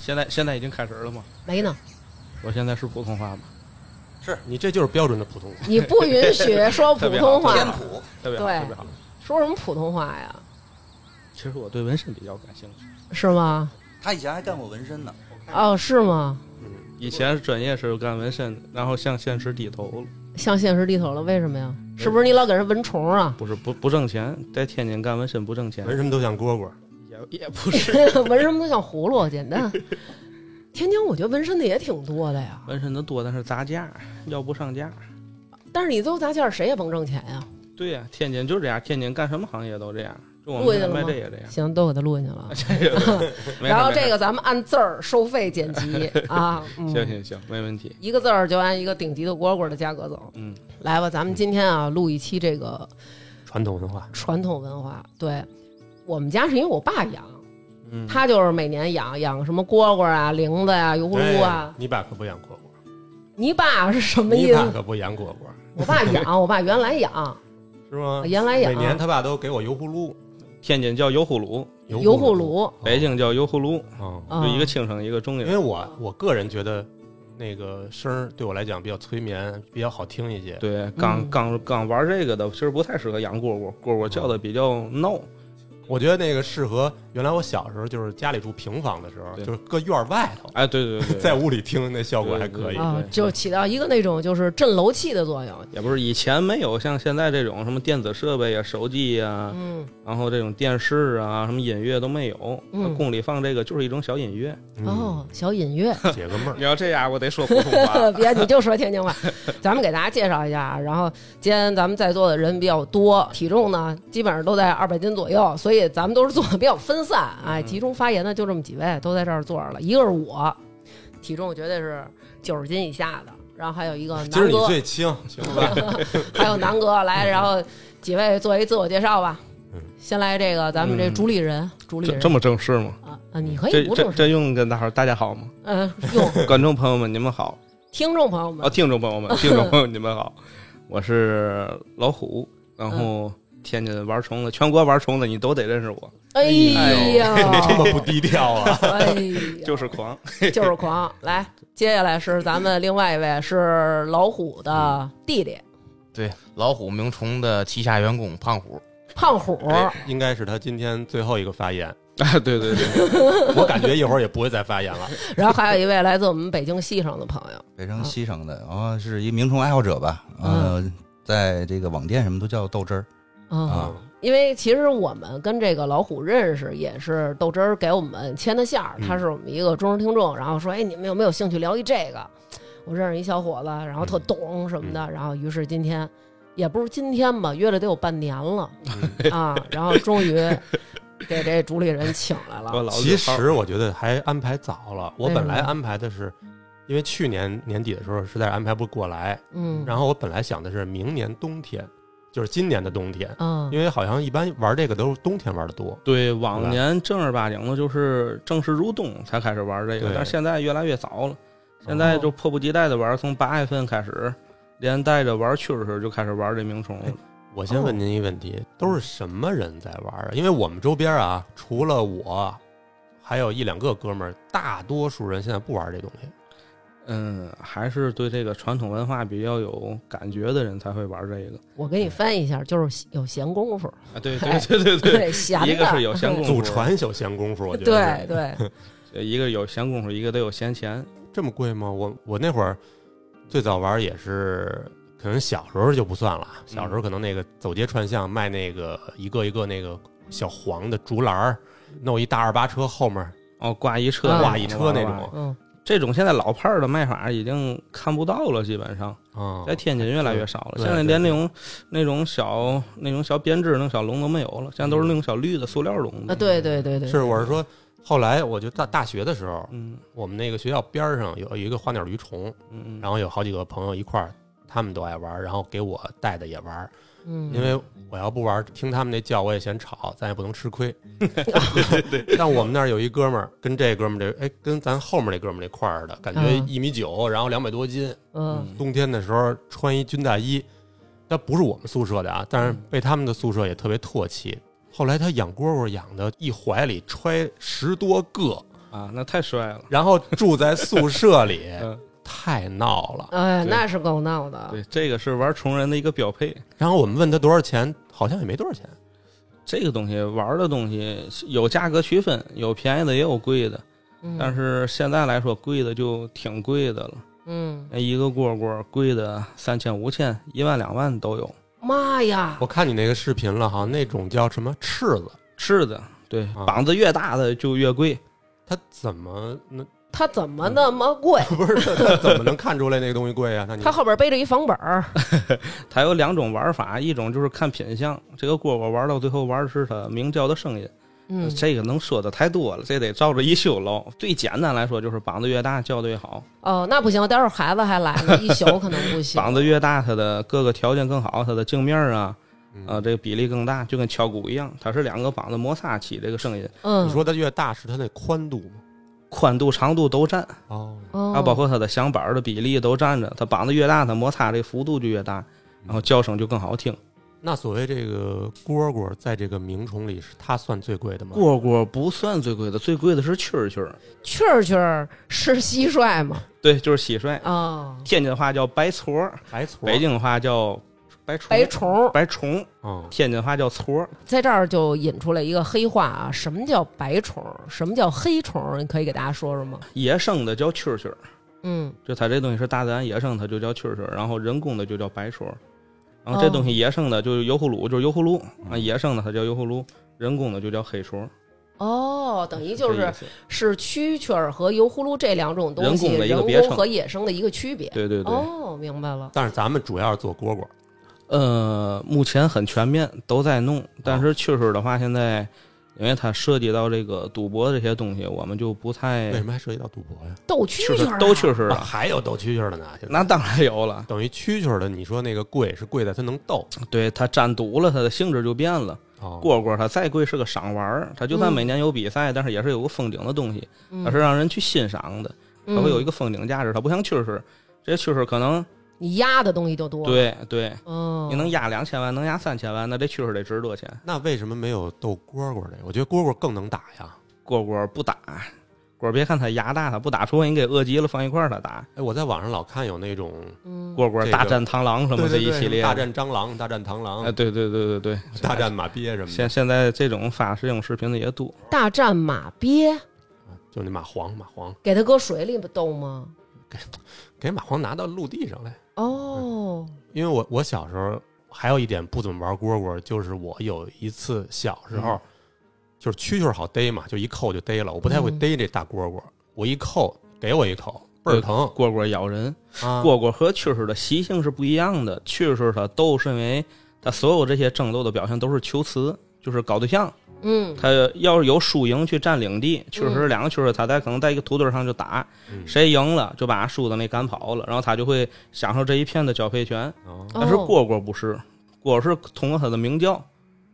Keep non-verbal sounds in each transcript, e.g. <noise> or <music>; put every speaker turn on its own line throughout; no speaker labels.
现在现在已经开始了吗？
没呢，
我现在是普通话吗？
是你这就是标准的普通话，
你不允许说
<laughs>
普
特别好
通话，
特
天
别好
普。
特别好，
对
特别好。
说什么普通话呀？
其实我对纹身比较感兴趣，
是吗？
他以前还干过纹身呢，
哦，是吗？
嗯，
以前是专业是干纹身，然后向现实低头了，
向现实低头了，为什么呀？是不是你老给人蚊虫啊？ <laughs>
不是不不挣钱，在天津干纹身不挣钱，
纹什么都像蝈蝈。
也也不是
纹什么都像葫芦，简单。天津我觉得纹身的也挺多的呀，
纹身的多，但是砸价，要不上价。
但是你都砸价儿，谁也甭挣钱呀。
对呀、天津就这样，天津干什么行业都这样，就我
录下
们
了
卖
吗
这也这样。
行，都给他录进去了。
没事
然后
没事
这个咱们按字儿收费剪辑啊，嗯、
行行行，没问题。
一个字儿就按一个顶级的蝈蝈的价格走。
嗯，
来吧，咱们今天啊录一期这个
传统文化，
传统文化。对我们家是因为我爸养，
嗯，
他就是每年养养什么蝈蝈啊、铃子啊、油葫芦啊
哎。你爸可不养蝈蝈，
你爸是什么
你
意
爸
思？
可不养蝈蝈，
我爸养，我爸原来养，
是吗？
原来养
每年他爸都给我油葫芦，
天津叫油葫芦，
油葫芦。
北京叫油葫芦，
哦
啊
就一个轻声一个重
因
音。
为我我个人觉得那个声儿对我来讲比较催眠，比较好听一些。
对，刚
嗯
刚刚玩这个的，其实不太适合养蝈蝈，蝈蝈叫的比较闹。
我觉得那个适合原来我小时候就是家里住平房的时候，
对
就是搁院儿外头，
哎，对对对， <laughs>
在屋里听那效果还
对
可
对
以。
对啊
啊，就起到一个那种就是震楼器的作用。
也不是以前没有像现在这种什么电子设备啊、手机呀、
嗯，
然后这种电视啊、什么音乐都没有。
嗯
那宫里放这个就是一种小音乐。
嗯
哦，，小隐约。。
解个闷儿。
你要这样，我得说普通话
<laughs> 别，你就说天津话。咱们给大家介绍一下，啊然后今天咱们在座的人比较多，体重呢基本上都在二百斤左右，所以咱们都是做的比较分散，哎，集中发言的就这么几位都在这儿坐着了，一个是我，体重绝对是九十斤以下的，然后还有一个
今儿
南
你
哥，
最轻，行吧？
还有南哥来，然后几位做一自我介绍吧
嗯。
先来这个咱们这主理人，主理
这
人
这么正式吗？
啊啊，你可
这
以不
这
重视，
这用跟大伙儿大家好
<laughs>
吗？
嗯，用
观众朋友们，你们好。
听众朋友们
啊，，听众朋
<laughs>
友们，听众朋友你们好，我是老虎，
嗯
然后天津玩虫子，全国玩虫子你都得认识我，
哎呀，
你这么不低调
<laughs>
啊？
哎呀，
就是狂。
就是狂。来，接下来是咱们另外一位是老虎的弟弟
对，老虎鸣虫的旗下员工胖虎，
胖虎，
应该是他今天最后一个发言，
啊， <laughs> 对对对，
<laughs> 我感觉一会儿也不会再
<laughs>
发言了。
然后还有一位来自我们北京戏上的朋友。
北京西城的，然后是一鸣虫爱好者吧，呃，在这个网店什么都叫豆汁儿，
嗯，
啊，
因为其实我们跟这个老虎认识也是豆汁儿给我们牵的线儿，
嗯
他是我们一个忠实听众，然后说，哎，你们有没有兴趣聊一这个？我认识一小伙子，然后特懂什么的，然后于是今天，也不是今天吧，约了得有半年了啊，然后终于给这主理人请来
<laughs>
了
我。老
其实我觉得还安排早了。
嗯
我本来安排的是，因为去年年底的时候实在安排不过来，
嗯，
然后我本来想的是明年冬天，就是今年的冬天，
嗯
因为好像一般玩这个都是冬天玩的多。
对往年正儿八经的，就是正式入冬才开始玩这个，
对哦
但是现在越来越早了，现在就迫不及待的玩，从八月份开始，连带着玩蛐蛐就开始玩这鸣虫
哎
了。
我先问您一个问题，都是什么人在玩啊？因为我们周边啊，除了我，还有一两个哥们儿，大多数人现在不玩这东西。
嗯，还是对这个传统文化比较有感觉的人才会玩这个。
我给你翻译一下，就是有闲工夫，
啊，对对对对对，
闲的，
一个是有闲工夫
祖传有闲工夫，我觉得
嗯对
是
对，
一个有闲工夫，一个得有闲钱。
这么贵吗？我我那会儿最早玩也是，可能小时候就不算了，小时候可能那个走街串巷卖那个一个一个那个小黄的竹篮儿，弄一大二八车后面
哦，挂一车，
嗯
挂一车那种。
嗯，
这种现在老派儿的卖法已经看不到了，基本上
啊，
在天津越来越少了。
对
现在连那种那种小那种小编织那种小笼都没有了，现在
嗯
都是那种小绿的塑料笼
啊，
子。
对对对对，
是我是说，后来我就大大学的时候，
嗯
我们那个学校边儿上有有一个花鸟鱼虫，
嗯，
然后有好几个朋友一块儿，他们都爱玩儿，然后给我带的也玩儿，
嗯，
因为我要不玩儿，听他们那叫我也嫌吵，咱也不能吃亏。但我们那儿有一哥们儿，跟这哥们儿这，哎，跟咱后面那哥们儿这块儿的，感觉
嗯
一米九，然后两百多斤，
嗯
冬天的时候穿一军大衣，但不是我们宿舍的啊，但是被他们的宿舍也特别唾弃。后来他养蝈蝈养的一怀里揣十多个，
啊，那太帅了。，
然后住在宿舍里
嗯，
太闹了。
哎，
对
那是够闹的。
对，这个是玩虫人的一个标配。
然后我们问他多少钱，好像也没多少钱。
这个东西玩的东西是有价格区分，有便宜的也有贵的，
嗯
但是现在来说贵的就挺贵的了，
嗯，
那一个蝈蝈贵的三千五千一万两万都有，
妈呀
我，看你那个视频了哈，那种叫什么翅子，
是的，对
啊，
膀子越大的就越贵，
它怎么那
他怎么那么贵？
<laughs> 不是它它怎么能看出来那个东西贵啊？那你
他后边背着一房本儿，
它有两种玩法，一种就是看品相，这个蝈蝈玩到最后玩的是它鸣叫的声音，
嗯，
这个能说的太多了，这得照着一宿喽。最简单来说就是膀子越大叫的越好，
哦，那不行，待会儿孩子还来呢，一宿可能不行。
膀子越大，它的各个条件更好，它的镜面儿啊，啊、
嗯
这个比例更大，就跟敲鼓一样，它是两个膀子摩擦起这个声音，
嗯，
你说它越大是它那宽度吗？
宽度、长度都占，
哦，
啊，
哦，
包括它的响板儿的比例都占着。它膀子越大，它摩擦这幅度就越大，然后叫声就更好听。
那所谓这个蝈蝈在这个鸣虫里是它算最贵的吗？
蝈蝈不算最贵的，最贵的是蛐儿蛐儿，
蛐儿蛐儿是蟋蟀嘛？
对，就是蟋蟀。
哦，
天津话叫白撮儿，
白撮
北京话叫白虫。
白虫，
白虫，
嗯，
天津话叫撮儿。
在这儿就引出来一个黑话啊，什么叫白虫？什么叫黑虫？你可以给大家说说吗？
野生的叫蛐儿蛐儿，
嗯，
就它这东西是大自然野生，它就叫蛐儿蛐儿，然后人工的就叫白撮儿。然后这
哦
东西野生的就是油葫芦，就是油葫芦啊，野生的它叫油葫芦，人工的就叫黑戳，
哦，等于就
这
是
意思
是蛐蛐儿和油葫芦这两种东西，
人工的一
人
个
工
别称
和野生的一个区别。
对对对，
哦，明白了。
但是咱们主要是做蝈蝈，
呃，目前很全面，都在弄。但是蛐蛐儿的话，现在因为它涉及到这个赌博这些东西，我们就不太
为什么还涉及到赌博呀？
斗蛐蛐儿啊
都蛐蛐儿
啊
了。
<laughs> 还有斗蛐蛐儿的呢，现在
那当然有了，
等于蛐蛐儿的，你说那个贵是贵在它能斗，
对它沾毒了，它的性质就变了。
哦
蝈蝈它再贵是个赏玩儿，它就算
嗯
每年有比赛，但是也是有个风景的东西，
嗯
它是让人去欣赏的，
嗯
它会有一个风景价值。它不像蛐蛐儿，这蛐蛐儿可能
你压的东西就多。，
对对，
嗯，
哦
你能压两千万，能压三千万，那这蛐蛐儿得值多少钱？
那为什么没有斗蝈蝈的？我觉得蝈蝈更能打呀。
蝈蝈不打，蝈儿别看它牙大，它不打，除非你给饿急了放一块儿它打。
哎，我在网上老看有那种
嗯
蝈蝈大战螳螂什么
对
这
对
一
对
系列的，
大战蟑螂、大战螳螂、
哎，对对对对对，
大战马鳖什么
现
的，
现在这种发这种视频的也多，
大战马鳖，
就那马黄，马黄
给它搁水里不斗吗？
给马黄拿到陆地上来。
哦，
因为我我小时候还有一点不怎么玩蝈蝈，就是我有一次小时
嗯
候、就是蛐蛐儿好逮嘛，就一扣就逮了，我不太会
嗯
逮这大蝈蝈，我一扣给我一口倍儿
对
疼
蝈蝈咬人。
啊！
蝈蝈和蛐蛐的习性是不一样的，蛐蛐它斗是因为它所有这些争斗的表现都是求雌，就是搞对象。
嗯，
它要是有输赢去占领地，蛐蛐
嗯
两个蛐蛐，它在可能在一个土堆上就打，
嗯
谁赢了就把输的那赶跑了，然后它就会享受这一片的交配权。
哦
哦
但是蝈蝈不是，蝈儿是通过它的鸣叫，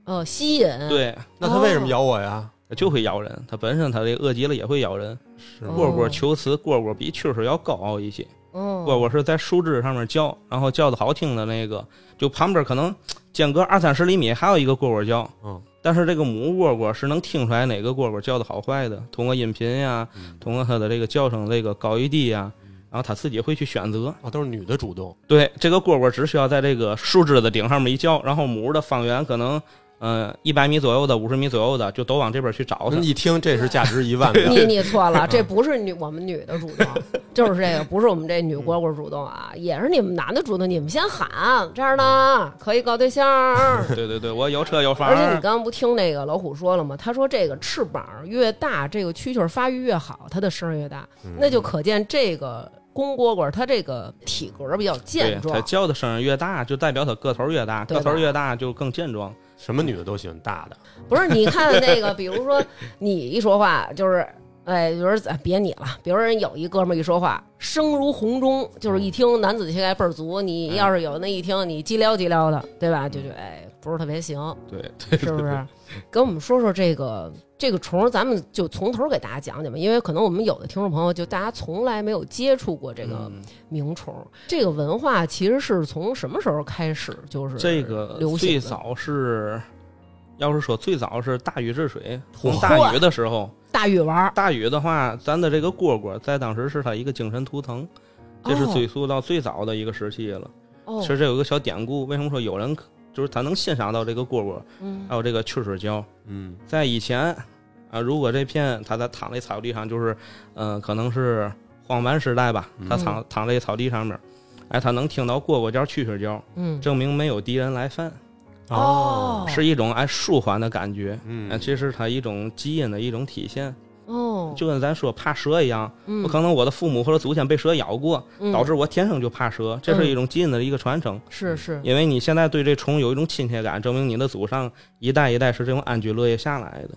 呃，吸引，
嗯
对，
那它为什么咬我呀？
它就会咬人。它本身它这饿极了也会咬人。
是
哦
蝈蝈求雌，蝈蝈比蛐蛐要高傲一些。
嗯，
蝈蝈是在树枝上面叫，然后叫的好听的那个，就旁边可能间隔二三十厘米还有一个蝈蝈叫。
嗯，
但是这个母蝈蝈是能听出来哪个蝈蝈叫的好坏的，通过音频呀，
嗯
通过它的这个叫声这个高与低呀，然后它自己会去选择。
哦，都是女的主动，
对，这个蝈蝈只需要在这个树枝的顶上面一叫，然后母的方圆可能嗯一百米左右的、五十米左右的就都往这边去找它
嗯
那。一听这是价值
<laughs>
一万
<laughs>
的，
你你错了，
啊
这不是女我们女的主动，就是这个不是我们这
嗯
女蝈蝈主动啊，也是你们男的主动，你们先喊这样呢，可以搞对象。
<laughs> 对对对，我有车有房
而且你刚刚不听那个老虎说了吗？他说这个翅膀越大，这个蛐蛐发育越好，它的声儿越大，
嗯
那就可见这个公蝈蝈它这个体格比较健
对，它
壮。
叫的声音越大，就代表它个头越大，
对
个
吧
头越大就更健壮。
什么女的都喜欢大的，
不是，你看那个，比如说 <laughs> 你一说话就是。哎，比如说哎别你了，比如说人有一哥们儿一说话，声如洪钟，就是一听男子气概倍儿足。你要是有那一听，你叽撩叽撩的，对
嗯
吧？就觉得哎，不是特别行，
对对
是不是？给我们说说这个这个虫儿，咱们就从头给大家讲讲吧，因为可能我们有的听众朋友就大家从来没有接触过这个
嗯
鸣虫儿，这个文化其实是从什么时候开始就是
这个
流行
最
的
早是，要是说最早是大禹治水，从
嚯
大禹的时候，
大禹玩儿，
大禹的话，咱的这个蝈蝈在当时是他一个精神图腾，这是追溯到最早的一个时期了。
哦，
其实这有一个小典故，为什么说有人就是他能欣赏到这个蝈蝈，
嗯
还有这个雀水蛟？
嗯
在以前啊，如果这片他在躺在草地上，就是嗯、呃可能是荒蛮时代吧，
嗯
他躺躺在草地上面，哎，他能听到蝈蝈叫、蛐蛐叫，
嗯，
证明没有敌人来犯，
哦，
是一种哎舒缓的感觉。
嗯
哎，这是它一种基因的一种体现，
哦，
就跟咱说怕蛇一样，
嗯
不可能我的父母或者祖先被蛇咬过，
嗯
导致嗯我天生就怕蛇，这是一种基因的一个传承。
是是，
因为你现在对这虫有一种亲切感，证明你的祖上一代一代是这种安居乐业下来的。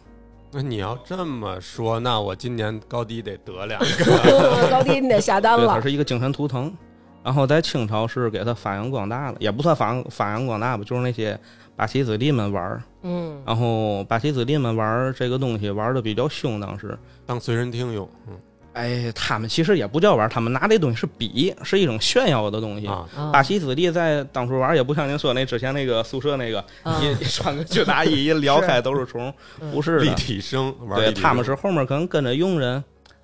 那你要这么说，那我今年高低得得两
<laughs>
个。
高低你得下单
对，它
了，
是一个精神图腾。然后在清朝是给它发扬光大了，也不算发扬发扬光大吧，就是那些八旗子弟们玩儿。
嗯，
然后八旗子弟们玩儿这个东西玩的比较凶，当时。
当随身听用，嗯
哎，他们其实也不叫玩儿，他们拿这东西是比，是一种炫耀的东西
嗯。啊，
啊
八旗子弟在当初玩儿也不像您说那之前那个宿舍那个，
啊
一 <laughs> 一穿个军大衣一撩开都是虫，
嗯
不是
立
的。
体声玩立
对，
体声，
他们是后面可能跟着佣人，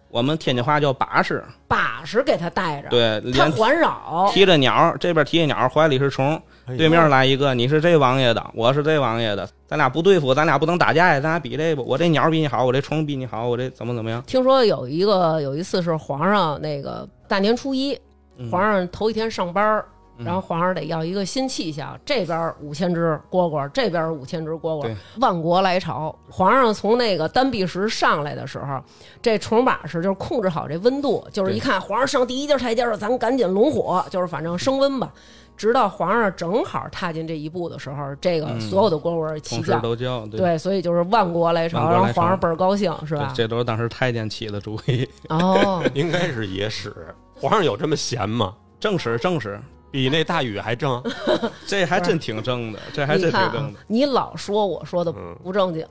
我们天津话叫把式，
把式给他带着，
对，
他
连
环绕，
提着鸟，这边提着鸟，怀里是虫，
哎
对面来一个，你是这王爷的，我是这王爷的，咱俩不对付，咱俩不能打架呀，咱俩比这不，我这鸟比你好，我这虫比你好，我这怎么怎么样？
听说有一个有一次是皇上那个大年初一，
嗯
皇上头一天上班儿，
嗯
然后皇上得要一个新气象，这边五千只蝈蝈，这边五千只蝈蝈
对，
万国来朝。皇上从那个丹壁石上来的时候，这虫把式就是控制好这温度，就是
对
一看皇上上第一阶台阶了，咱赶紧拢火，就是反正升温吧。直到皇上正好踏进这一步的时候，这个
嗯
所有的蝈蝈齐
同
叫
时，都叫，对，
对，所以就是万国来朝，
万国
然后
来朝
皇上倍儿高兴，是吧
对？这都是当时太监起的主意， <laughs>
哦，
<laughs> 应该是野史。皇上有这么闲吗？
正史正史，
比那大禹还正。
这还真挺正的，这 <laughs> 还
你
真挺
看
正
啊
的。，
你老说我说的
嗯
不正经，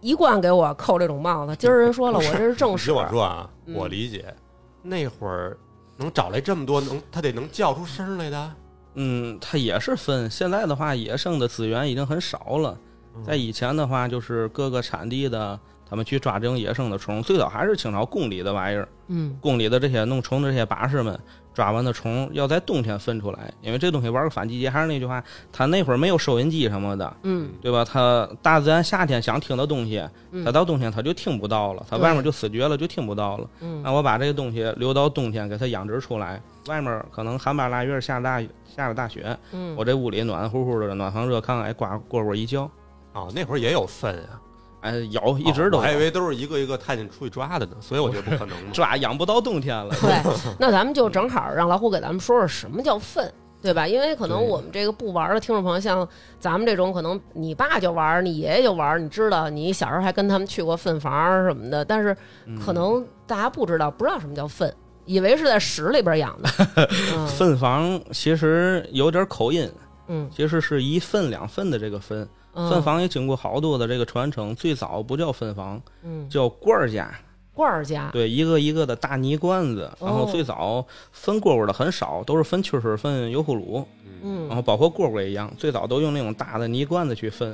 一贯给我扣这种帽子。今儿人说了，我这是
<laughs>
正
<laughs> 你
史
听。我说啊，
嗯
我理解，那会儿能找来这么多，能他得能叫出声来的。
嗯，它也是分，现在的话，野生的资源已经很少了。
嗯
在以前的话，就是各个产地的，他们去抓这种野生的虫，最早还是清朝宫里的玩意儿，
嗯，
宫里的这些弄虫的这些把式们，抓完的虫要在冬天分出来，因为这东西玩个反季节，还是那句话，他那会儿没有收音机什么的，
嗯，
对吧？他大自然夏天想听的东西，
嗯
他到冬天他就听不到了，他
对
外面就死绝了，就听不到了。
嗯
那我把这个东西留到冬天给它养殖出来，外面可能寒八腊月下大下了大雪，
嗯，
我这屋里暖乎乎的，暖房热炕，哎，呱蝈蝈一叫，
哦，那会儿也有粪啊，
哎，有一直
哦
都
我还以
有
为都是一个一个太监出去抓的呢，所以我觉得不可能嘛。
抓养不到冬天了。 <laughs>
对。那咱们就正好让老虎给咱们说说什么叫粪。对吧？因为可能
对
我们这个不玩的听众朋友，像咱们这种，可能你爸就玩，你爷爷就玩，你知道，你小时候还跟他们去过粪房什么的，但是
嗯
可能大家不知道，不知道什么叫粪，以为是在屎里边养的。
<laughs>
嗯
粪房其实有点口音，
嗯，
其实是一粪两粪的这个粪。
嗯
粪，房也经过好多的这个传承，最早不叫粪房，
嗯，
叫罐儿家。
罐儿家，
对，一个一个的大泥罐子。然后
哦
最早分蝈蝈的很少，都是分蛐蛐、分油葫芦，然
嗯
后包括蝈蝈也一样，最早都用那种大的泥罐子去分。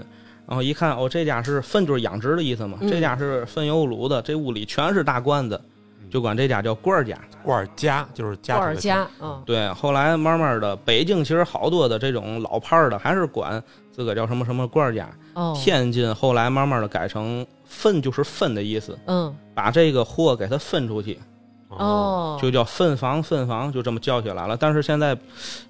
然后一看，哦，这家是粪就是养殖的意思嘛，
嗯
这家是分油葫芦的，这屋里全是大罐子，就管这家叫罐儿家。
罐儿家就是家
罐儿
庭的家，
家，嗯，
对，后来慢慢的，北京其实好多的这种老派儿的，还是管自个儿叫什么什么罐儿家。
哦，
天津后来慢慢的改成分就是分的意思，
嗯，
把这个货给它分出去，
哦，
哦，
就叫分房分房，就这么叫起来了。但是现在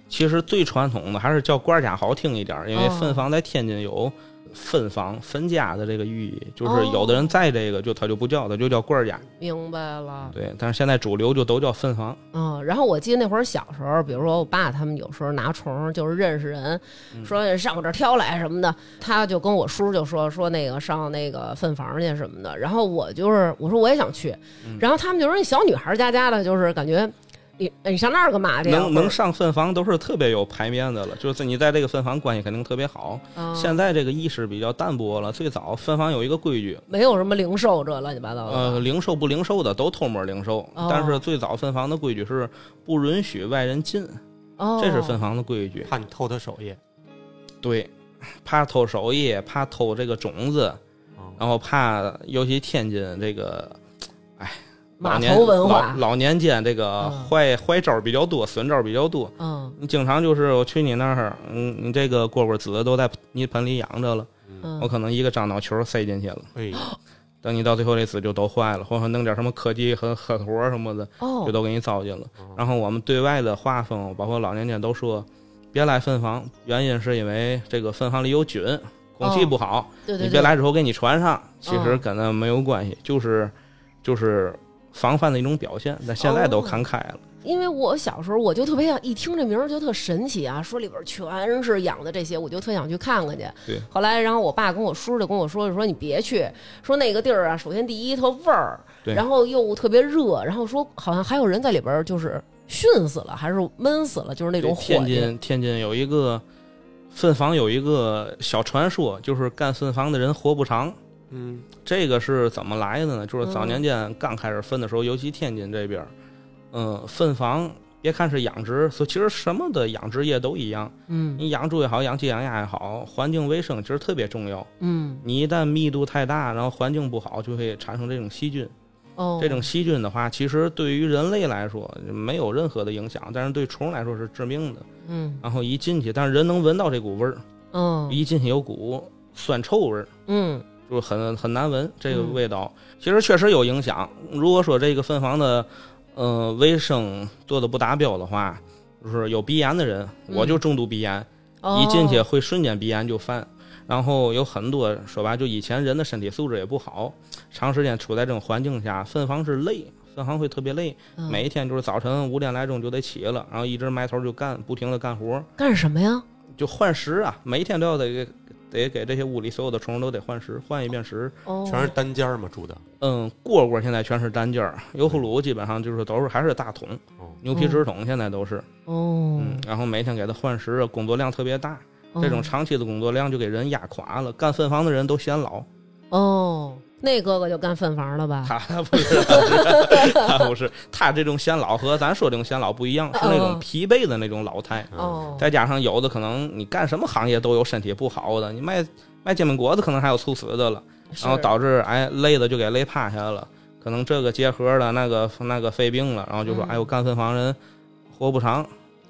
其实最传统的还是叫罐儿家好听一点儿，因为
哦
分房在天津有。分房分家的这个寓意，就是有的
哦
人在这个就他就不叫，他就叫罐儿家。
明白了。
对，但是现在主流就都叫分房。
嗯，然后我记得那会儿小时候，比如说我爸他们有时候拿虫儿，就是认识人，
嗯
说上我这儿挑来什么的，他就跟我叔就说说那个上那个粪房去什么的。然后我就是我说我也想去，
嗯
然后他们就说那小女孩儿家家的，就是感觉你哎你上那儿干嘛去呀？
能
或
能
者
上分房都是特别有排面的了，就是你在这个分房关系肯定特别好。
啊
现在这个意识比较淡薄了，最早分房有一个规矩，
没有什么零售这乱七八糟的。
呃，零售不零售的都偷摸零售，
哦
但是最早分房的规矩是不允许外人进，
哦，
呃这是分房的规矩。
怕你偷他手艺。
对，怕偷手艺，怕偷这个种子，
哦
然后怕尤其天津这个老
码
年
头文化
老，老年间这个
嗯
坏、坏招儿比较多，损招儿比较多。
嗯
你经常就是我去你那儿，嗯，你这个蝈蝈子都在泥盆里养着了，
嗯
我可能一个樟脑球塞进去了，
<gasps>
哎，
等你到最后这籽就都坏了，或者弄点什么科技和狠活儿什么的，
哦
就都给你糟践了。
嗯
然后我们对外的画风，包括老年间都说，别来分房，原因是因为这个分房里有菌，空气
哦
不好，
对对
你别
对，
来之后给你传上，其实
嗯
跟那没有关系，就是就是防范的一种表现，但现在都
哦
看开了。
因为我小时候我就特别想，一听这名儿就特神奇啊，说里边全是养的这些，我就特想去看看去。
对，
后来然后我爸跟我叔就跟我说，说你别去，说那个地儿啊，首先第一它味儿，
对
然后又特别热，然后说好像还有人在里边儿就是殉死了，还是闷死了，就是那种
对
火
天
气
津天津有一个粪房有一个小传说，就是干粪房的人活不长。
嗯，
这个是怎么来的呢？就是早
嗯
年间刚开始分的时候，尤其天津这边儿，嗯，粪房别看是养殖，所以其实什么的养殖业都一样。
嗯
你养猪也好，养鸡养鸭也好，环境卫生其实特别重要。
嗯
你一旦密度太大，然后环境不好，就会产生这种细菌。
哦，
这种细菌的话，其实对于人类来说没有任何的影响，但是对虫来说是致命的。
嗯
然后一进去，但是人能闻到这股味儿，
嗯
一进去有股酸臭味儿，
嗯
就是很很难闻这个
嗯
味道。其实确实有影响。如果说这个分房的，呃，卫生做的不达标的话，就是有鼻炎的人，
嗯
我就重度鼻炎，
哦
一进去会瞬间鼻炎就犯。然后有很多说白，就以前人的身体素质也不好，长时间处在这种环境下，分房是累，分房会特别累。
嗯
每一天就是早晨五点来钟就得起了，然后一直埋头就干，不停的干活，
干什么呀？
就换食啊，每一天都要得给得给这些屋里所有的虫都得换食，换一遍食。
哦，
全是单间儿嘛住的，
嗯，蝈蝈现在全是单间儿，油葫芦基本上就是都是还是大桶
哦，
牛
嗯
皮纸桶现在都是，
哦
嗯，然后每天给它换食，啊，工作量特别大，嗯
嗯
这种长期的工作量就给人压垮了，干分房的人都显老，
哦，那哥哥就干粪房了吧？
他他不是，他不是，他这种显老和咱说这种显老不一样，是那
哦
种疲惫的那种老态。
嗯
哦，
再加上有的可能你干什么行业都有身体不好的，你卖卖煎饼果子可能还有猝死的了，然后
是
导致哎累的就给累趴下了，可能这个结核了，那个那个肺病了，然后就说、
嗯
哎呦干分房人活不长，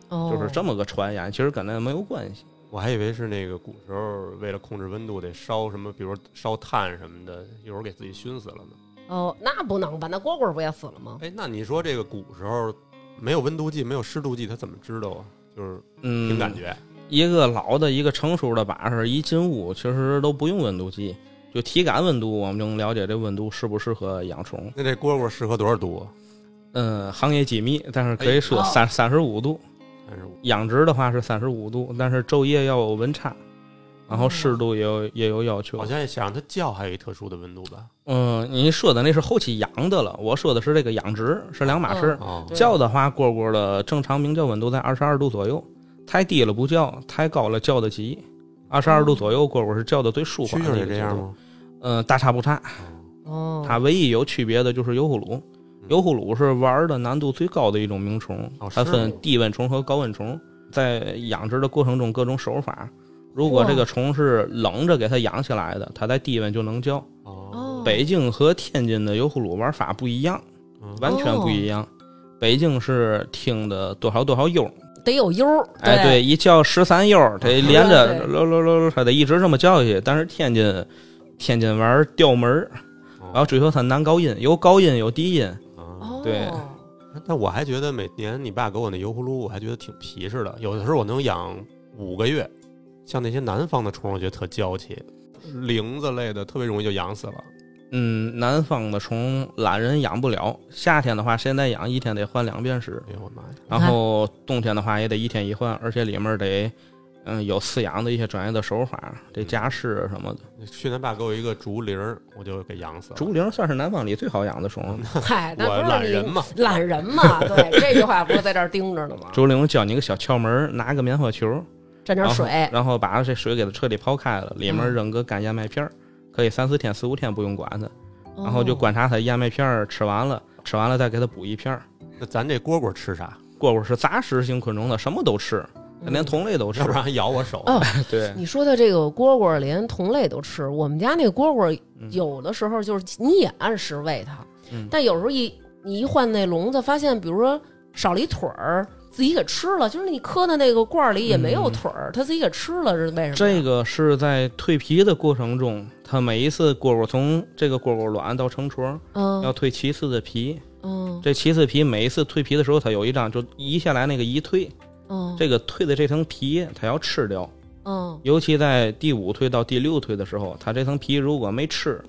哦
就是这么个传言，其实跟那没有关系。
我还以为是那个古时候为了控制温度得烧什么，比如烧炭什么的，一会儿给自己熏死了呢。
哦，那不能吧？那蝈蝈不也死了吗？
哎，那你说这个古时候没有温度计，没有湿度计，他怎么知道啊？就是凭
嗯，
感觉。
一个老的，一个成熟的把式，一进屋其实都不用温度计，就体感温度，我们就能了解这温度适不适合养虫。
那这蝈蝈适合多少度啊？
嗯，行业机密，但是可以说
哎
三三十五度。
三十五。
养殖的话是三十五度，但是昼夜要有温差，然后湿度也有也有要求
好。像也想让它叫，还有一特殊的温度吧？
嗯，你说的那是后期养的了，我说的是这个养殖是两码事。
哦，
对
叫的话，蝈蝈的正常鸣叫温度在二十二度左右，太低了不叫，太高了叫的急。二十二度左右，蝈蝈是叫的最舒
蛐
缓
蛐
的一
也
个
这
阶
样
段。
吗？
嗯，大差不差。
哦，
它唯一有区别的就是油葫芦，油葫芦是玩的难度最高的一种鸣虫
哦，
它
是
分
吗
低温虫和高温虫，在养殖的过程中各种手法。如果这
哇
个虫是冷着给它养起来的，它在低温就能叫。
哦
北京和天津的油葫芦玩法不一样，
嗯
完全不一样。北京是听的多少多少悠，
得有悠儿，
哎，对，一叫十三悠，它连
对
着喽喽喽喽，它得一直这么叫下去。但是天津，天津玩调门儿，
哦
然后追求它男高音，有高音有低音。
哦，
哦，
对
那我还觉得每年你爸给我那油葫芦，我还觉得挺皮实的。有的时候我能养五个月，像那些南方的虫，我觉得特娇气，铃子类的特别容易就养死了。
嗯，南方的虫懒人养不了，夏天的话现在养一天得换两遍食，
哎呦我的妈呀！
然后冬天的话也得一天一换，而且里面得嗯有饲养的一些专业的手法，得加湿什么的。
去年爸给我一个竹铃儿，我就给养死了。
竹铃算是南方里最好养的虫了，<laughs>
嗨，那
我
不是
懒
你
人嘛，
懒人嘛，对，这句话不是在这儿盯着呢吗？
竹铃教你个小窍门儿，拿个棉花球，
沾点
然后
水，
然后把这水给它彻底泡开了，里面
哎嗯
扔个干燕麦片儿，可以三四天、四五天不用管它，然后就
哦
观察它燕麦片儿吃完了，吃完了再给它补一片儿。
那咱这蝈蝈吃啥？
蝈蝈是杂食性昆虫的，什么都吃，它连。
嗯
同类都吃
要
<laughs>
不。然还咬我手。
哦
对，
你说的这个蝈蝈连同类都吃，我们家那蝈蝈
嗯
有的时候就是你也按时喂它，
嗯
但有时候一你一换那笼子，发现比如说少了一腿儿，自己给吃了，就是你磕的那个罐儿里也没有腿儿，它自己给吃了，是为什么呀？
嗯这个是在蜕皮的过程中，它每一次蝈蝈从这个蝈蝈卵到成虫，要
嗯
蜕七次的皮。
嗯
这七次皮每一次蜕皮的时候，它有一张就移下来那个移蜕，
嗯，
这个蜕的这层皮它要吃掉。
嗯
尤其在第五蜕到第六蜕的时候，它这层皮如果没吃，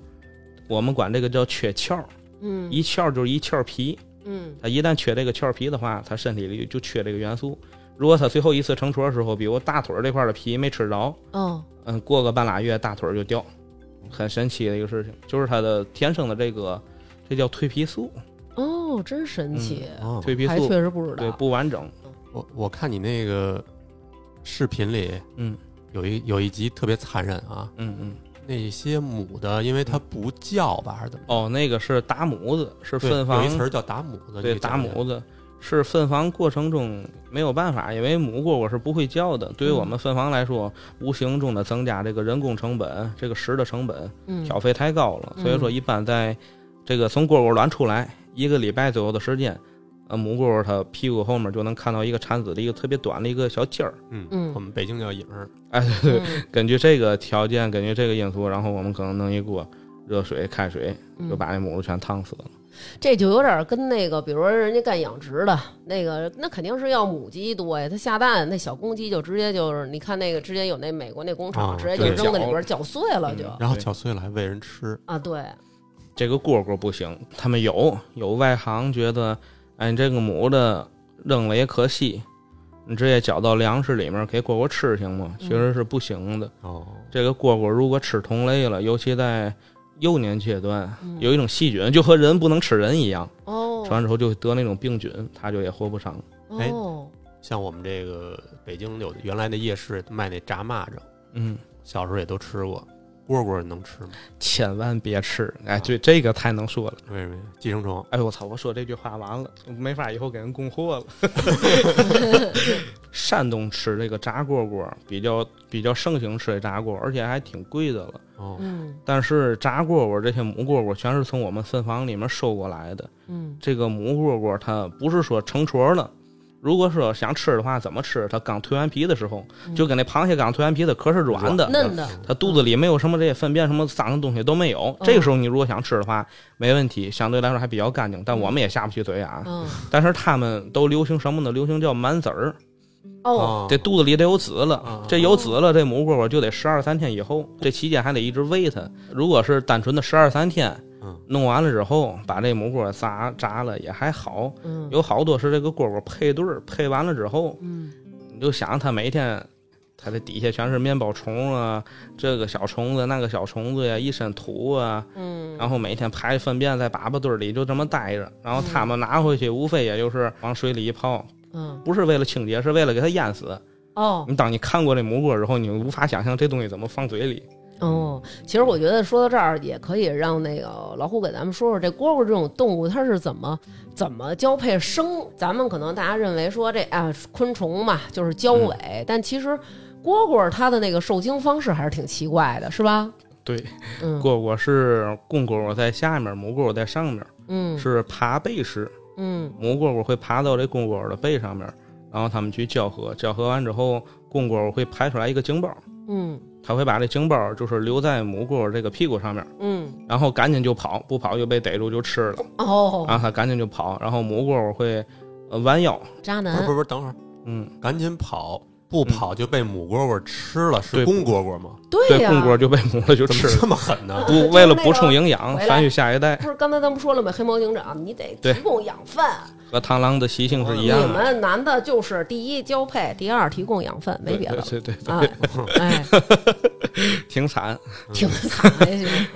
我们管这个叫缺壳。
嗯
一壳就是一壳皮，
嗯
它一旦缺这个壳皮的话，它身体里就缺这个元素。如果它最后一次成虫的时候，比如大腿儿这块儿的皮没吃着，
嗯
嗯，过个半拉月大腿儿就掉，很神奇的一个事情，就是它的天生的这个，这叫蜕皮素，
哦，真神奇，
哦
蜕皮
还
素
确实不知
对
道。
不完整，
我我看你那个视频里，
嗯
有一有一集特别残忍啊，
嗯嗯，
那些母的，因为它不叫吧，还是怎么？
哦，那个是打母子，是
对，
分
有
房
一词儿叫打母的，
对，
你
打
讲讲
母子是分房过程中没有办法，因为母蝈蝈是不会叫的。对于我
嗯
们分房来说，无形中的增加这个人工成本，这个食的成本
嗯
挑费太高了。
嗯
所以说，一般在这个从蝈蝈卵出来一个礼拜左右的时间，呃，母蝈蝈它屁股后面就能看到一个产子的一个特别短的一个小尖儿。
嗯
嗯
我们北京叫影儿，
哎，对对，
嗯
根据这个条件，根据这个因素，然后我们可能弄一锅热水、开水，
嗯
就把那母蝈全烫死了。
这就有点跟那个，比如说人家干养殖的那个，那肯定是要母鸡多呀。它下蛋，那小公鸡就直接就是，你看那个之前有那美国那工厂，
啊
直接就
对
扔在里
搅
边搅碎了就、
嗯
然后
对
搅碎了还喂人吃，
啊，对，
这个蝈蝈不行，他们有有外行觉得，哎，你这个母的扔了也可惜，你直接搅到粮食里面给蝈蝈吃行吗？其
嗯
实是不行的。
哦，
这个蝈蝈如果吃同类了，尤其在幼年阶段，
嗯
有一种细菌，就和人不能吃人一样，吃
哦
完之后就得那种病菌，它就也活不长。
哎
哦，
像我们这个北京有原来那夜市卖那炸蚂蚱，
嗯，
小时候也都吃过，蝈蝈能吃吗？
千万别吃！哎，
啊
对，这个太能说了。
为什么呀？寄生虫
哎呦我操！我说这句话完了，没法以后给人供货了。山东吃这个炸蝈蝈比较比较盛行，吃这炸蝈，而且还挺贵的了。
哦，
嗯
但是炸蝈蝈这些母蝈蝈全是从我们分房里面收过来的。
嗯
这个母蝈蝈它不是说成撮了，如果说想吃的话，怎么吃？它刚蜕完皮的时候，就跟那螃蟹刚蜕完皮，它壳是软的，
嫩
嗯
的，
它肚子里没有什么这些粪便、什么脏的东西都没有。这个时候你如果想吃的话，没问题，相对来说还比较干净。但我们也下不去嘴啊。
嗯
但是他们都流行什么呢？流行叫满籽儿，
哦，
哦，
这肚子里得有籽
哦
了。这有籽了，这母蝈蝈就得十二三天以后，这期间还得一直喂它。如果是单纯的十二三天
嗯，
弄完了之后把这母蝈炸炸了也还好。
嗯
有好多是这个蝈蝈配对儿，配完了之后，
嗯
你就想它每天，它这底下全是面包虫啊，这个小虫子那个小虫子呀、一身土啊，
嗯，
然后每天排粪便在粑粑堆儿里就这么待着，然后它们拿回去无非也就是往水里一泡，
嗯
不是为了清洁，是为了给它淹死。
哦
你当你看过这母蝈之后，你无法想象这东西怎么放嘴里。嗯
哦，其实我觉得说到这儿，也可以让那个老虎给咱们说说这蝈蝈这种动物，它是怎么怎么交配生。咱们可能大家认为说这啊昆虫嘛就是交尾，
嗯
但其实蝈蝈它的那个受精方式还是挺奇怪的，是吧？
对，
嗯
蝈蝈是公蝈蝈在下面，母蝈蝈在上面，
嗯
是爬背式。
嗯
母蝈蝈会爬到这公蝈蝈的背上面，然后它们去交合，交合完之后，公蝈蝈会排出来一个精包，
嗯
它会把这精包就是留在母蝈蝈这个屁股上面，
嗯
然后赶紧就跑，不跑就被逮住就吃了，
哦，
然后它赶紧就跑，然后母蝈蝈会呃弯腰，
渣
不是
男
不是不是，等会儿
嗯，
赶紧跑，不跑就被母蝈蝈吃了，是
对
公蝈蝈吗？
对，
呀、
公蝈就被母了就
怎
吃
么
了，
这么狠呢？ <laughs>
不为了补充营养
回来
繁育下一代，
不是刚才咱们说了吗？黑猫警长，你得提
对
供养
<laughs>
分。
和螳螂的习性是一
你
样的，
们男的就是第一交配，第二提供养分，没别的了。
对对对，
啊，哎，
挺惨。
挺惨的，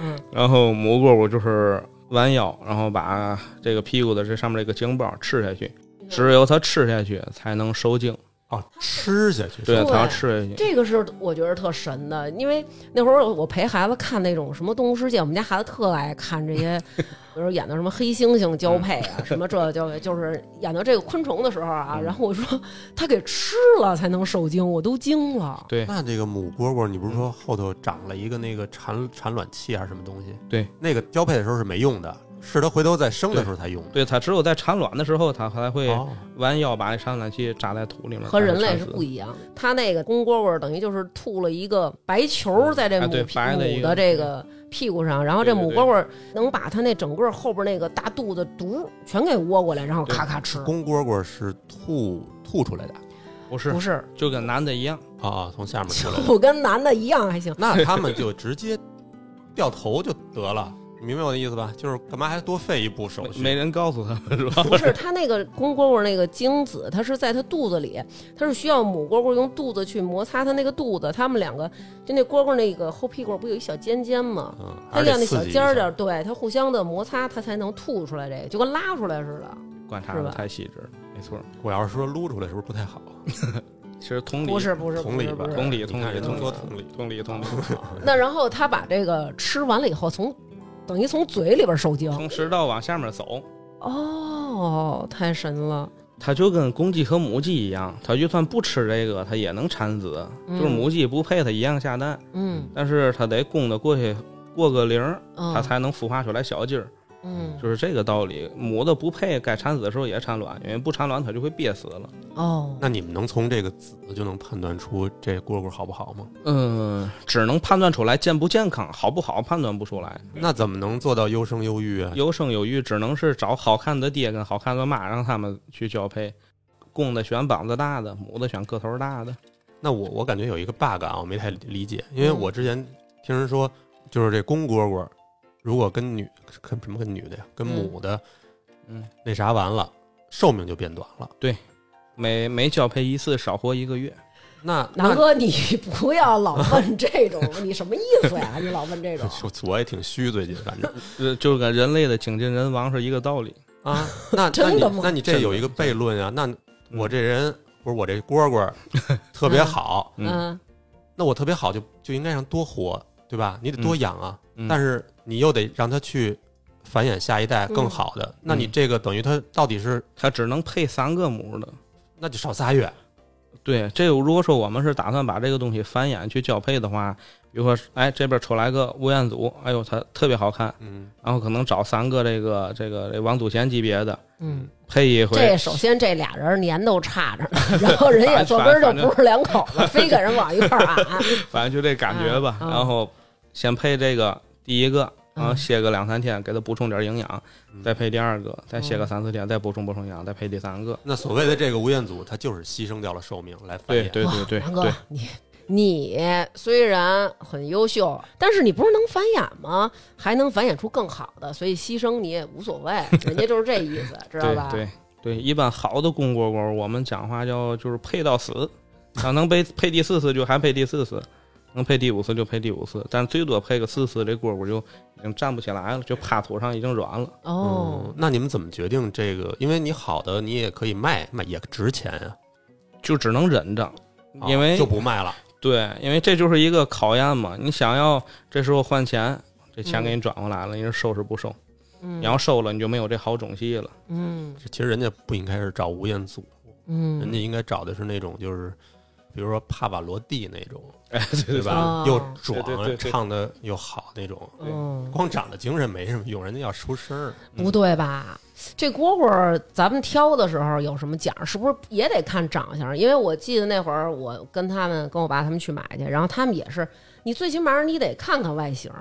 嗯
然后母蝈蝈就是弯腰，然后把这个屁股的这上面这个精包吃下去。
嗯
只有它吃下去才能受精，
哦，吃下去，
对，
对
它要吃下去。
这个是我觉得特神的，因为那会儿我陪孩子看那种什么《动物世界》，我们家孩子特爱看这
<laughs>
些，比如演的什么黑猩猩交配
嗯
啊，什么这交配，就是演到这个昆虫的时候啊，然后我说他给吃了才能受精，我都惊了。
对
那这个母蝈蝈，你不是说后头长了一个那个产产卵器还是什么东西？
对，
那个交配的时候是没用的，是他回头再生的时候才用的。
对，它只有在产卵的时候，它才会
哦，
弯腰把那产卵器扎在土里面。
和人类是
是
不
一
一样，它那个公蝈蝈等于就是吐了一个白球在这
哎
母
对
屁
白的一
母
个嗯
的这个屁股上，然后这
对对
母
对
蝈蝈能把它那整个后边那个大肚子毒全给窝过来，然后咔咔吃。
公蝈蝈是吐吐出来的
不是
不， <laughs> 是，
就跟男的一样，
啊，从下面出来的。
就跟男的一样还行。
<laughs> 那他们就直接掉头就得了，你明白我的意思吧？就是干嘛还多费一步手续？
没没人告诉他们是
<laughs>
吧？
不是，它那个公蝈蝈那个精子，它是在它肚子里，它是需要母蝈蝈用肚子去摩擦它那个肚子。它们两个就那蝈蝈那个后屁股不有一小尖尖吗？
嗯，
它
还是
要
得
那
刺
小
激一
尖儿
下
点儿，对它互相的摩擦，它才能吐出来这个，就跟拉出来似的。
观察
是
的
吧
太细致了，没错儿。
我要是说撸出来，是不是不太好？
其实同理
不是哦不是
同
不
理
是
吧
不是。
同理
你
同
看
理
人都
同理
说同理，
同理同理，
<laughs> 那然后他把这个吃完了以后，从等于从嘴里边受精。
从食道往下面走，
哦，太神了！
它就跟公鸡和母鸡一样，它就算不吃这个，它也能产子，
嗯
就是母鸡不配它一样下蛋，
嗯
但是它得公的过去过个零儿，
嗯，
它才能孵化出来小鸡儿，
嗯
就是这个道理。母的不配，该产子的时候也产卵，因为不产卵它就会憋死了。
哦，
那你们能从这个子就能判断出这蝈蝈好不好吗？
嗯，只能判断出来健不健康，好不好判断不出来。
那怎么能做到优生优育啊？
有生有育，只能是找好看的爹跟好看的妈，让他们去交配。公的选膀子大的，母的选个头大的。
那我我感觉有一个 bug 啊，我没太理解，因为
嗯
我之前听人说，就是这公蝈蝈如果跟女跟什么跟女的呀，跟母的
嗯，
那啥完了，寿命就变短了。
每每交配一次，少活一个月。
那
南
那
哥，你 <laughs> 不要老问这种， <laughs> 你什么意
<laughs>
思呀？你老问这种，
我 <laughs> 我也挺虚，最近
<laughs>
反正
呃，就跟人类的精尽人亡是一个道理。
啊，那那
真
你
的吗
那你这有一个悖论啊，
嗯
那我这人不是我这蝈
<laughs>
蝈特别好，
嗯，
嗯，
那我特别好就就应该让多活，对吧？你得多养啊，
嗯
但是你又得让它去繁衍下一代更好的，那你这个等于它到底是
它只能配三个母的。
那就少仨月，
对，这个如果说我们是打算把这个东西繁衍去交配的话，比如说，哎，这边出来个吴彦祖，哎呦，它特别好看，
嗯，
然后可能找三个这个这个这王祖贤级别的
嗯，
配一回，
这首先这俩人年都差着呢，
<laughs>
然后人也坐根儿就不是两口子，非给人往一块儿俺。
反正就这感觉吧。
啊啊
然后先配这个第一个，然后
嗯
歇个两三天，给它补充点营养，
嗯
再配第二个，再歇个三
嗯
四天，再补充补充营养，再配第三个。
那所谓的这个吴彦祖，他就是牺牲掉了寿命来繁
对 <laughs>
衍。
对
哇
对对
南哥
对，，
你你虽然很优秀，但是你不是能繁衍吗？还能繁衍出更好的，所以牺牲你也无所
<laughs>
谓，人家就是这意思，知道吧？
对对对，一般好的公蝈蝈，我们讲话叫就是配到
<laughs>
死，要能配配第四次就还配第四次，能配第五次就配第五次，但最多配个四次，这蝈蝈就已经站不起来了，就趴土上已经软了。
哦，
嗯，那你们怎么决定这个？因为你好的你也可以卖，卖也值钱啊，
就只能忍着，
啊
哦
因为、
就不卖了。
对，因为这就是一个考验嘛。你想要这时候换钱，这钱给你转过来了，你是收是不收？
嗯
你要收了，你就没有这好种戏了。
嗯
其实人家不应该是找吴彦祖，人
嗯
家应该找的是那种就是，比如说帕瓦罗蒂那种，
哎，对
对
对
吧？
哦
又
对对
壮，
对对
唱的又好那种。
嗯，
光长得精神没什么用，人家要出
<laughs>
声儿。
不对吧？这蝈蝈，咱们挑的时候有什么奖？是不是也得看长相？因为我记得那会儿，我跟他们跟我爸他们去买去，然后他们也是，你最起码你得看看外形。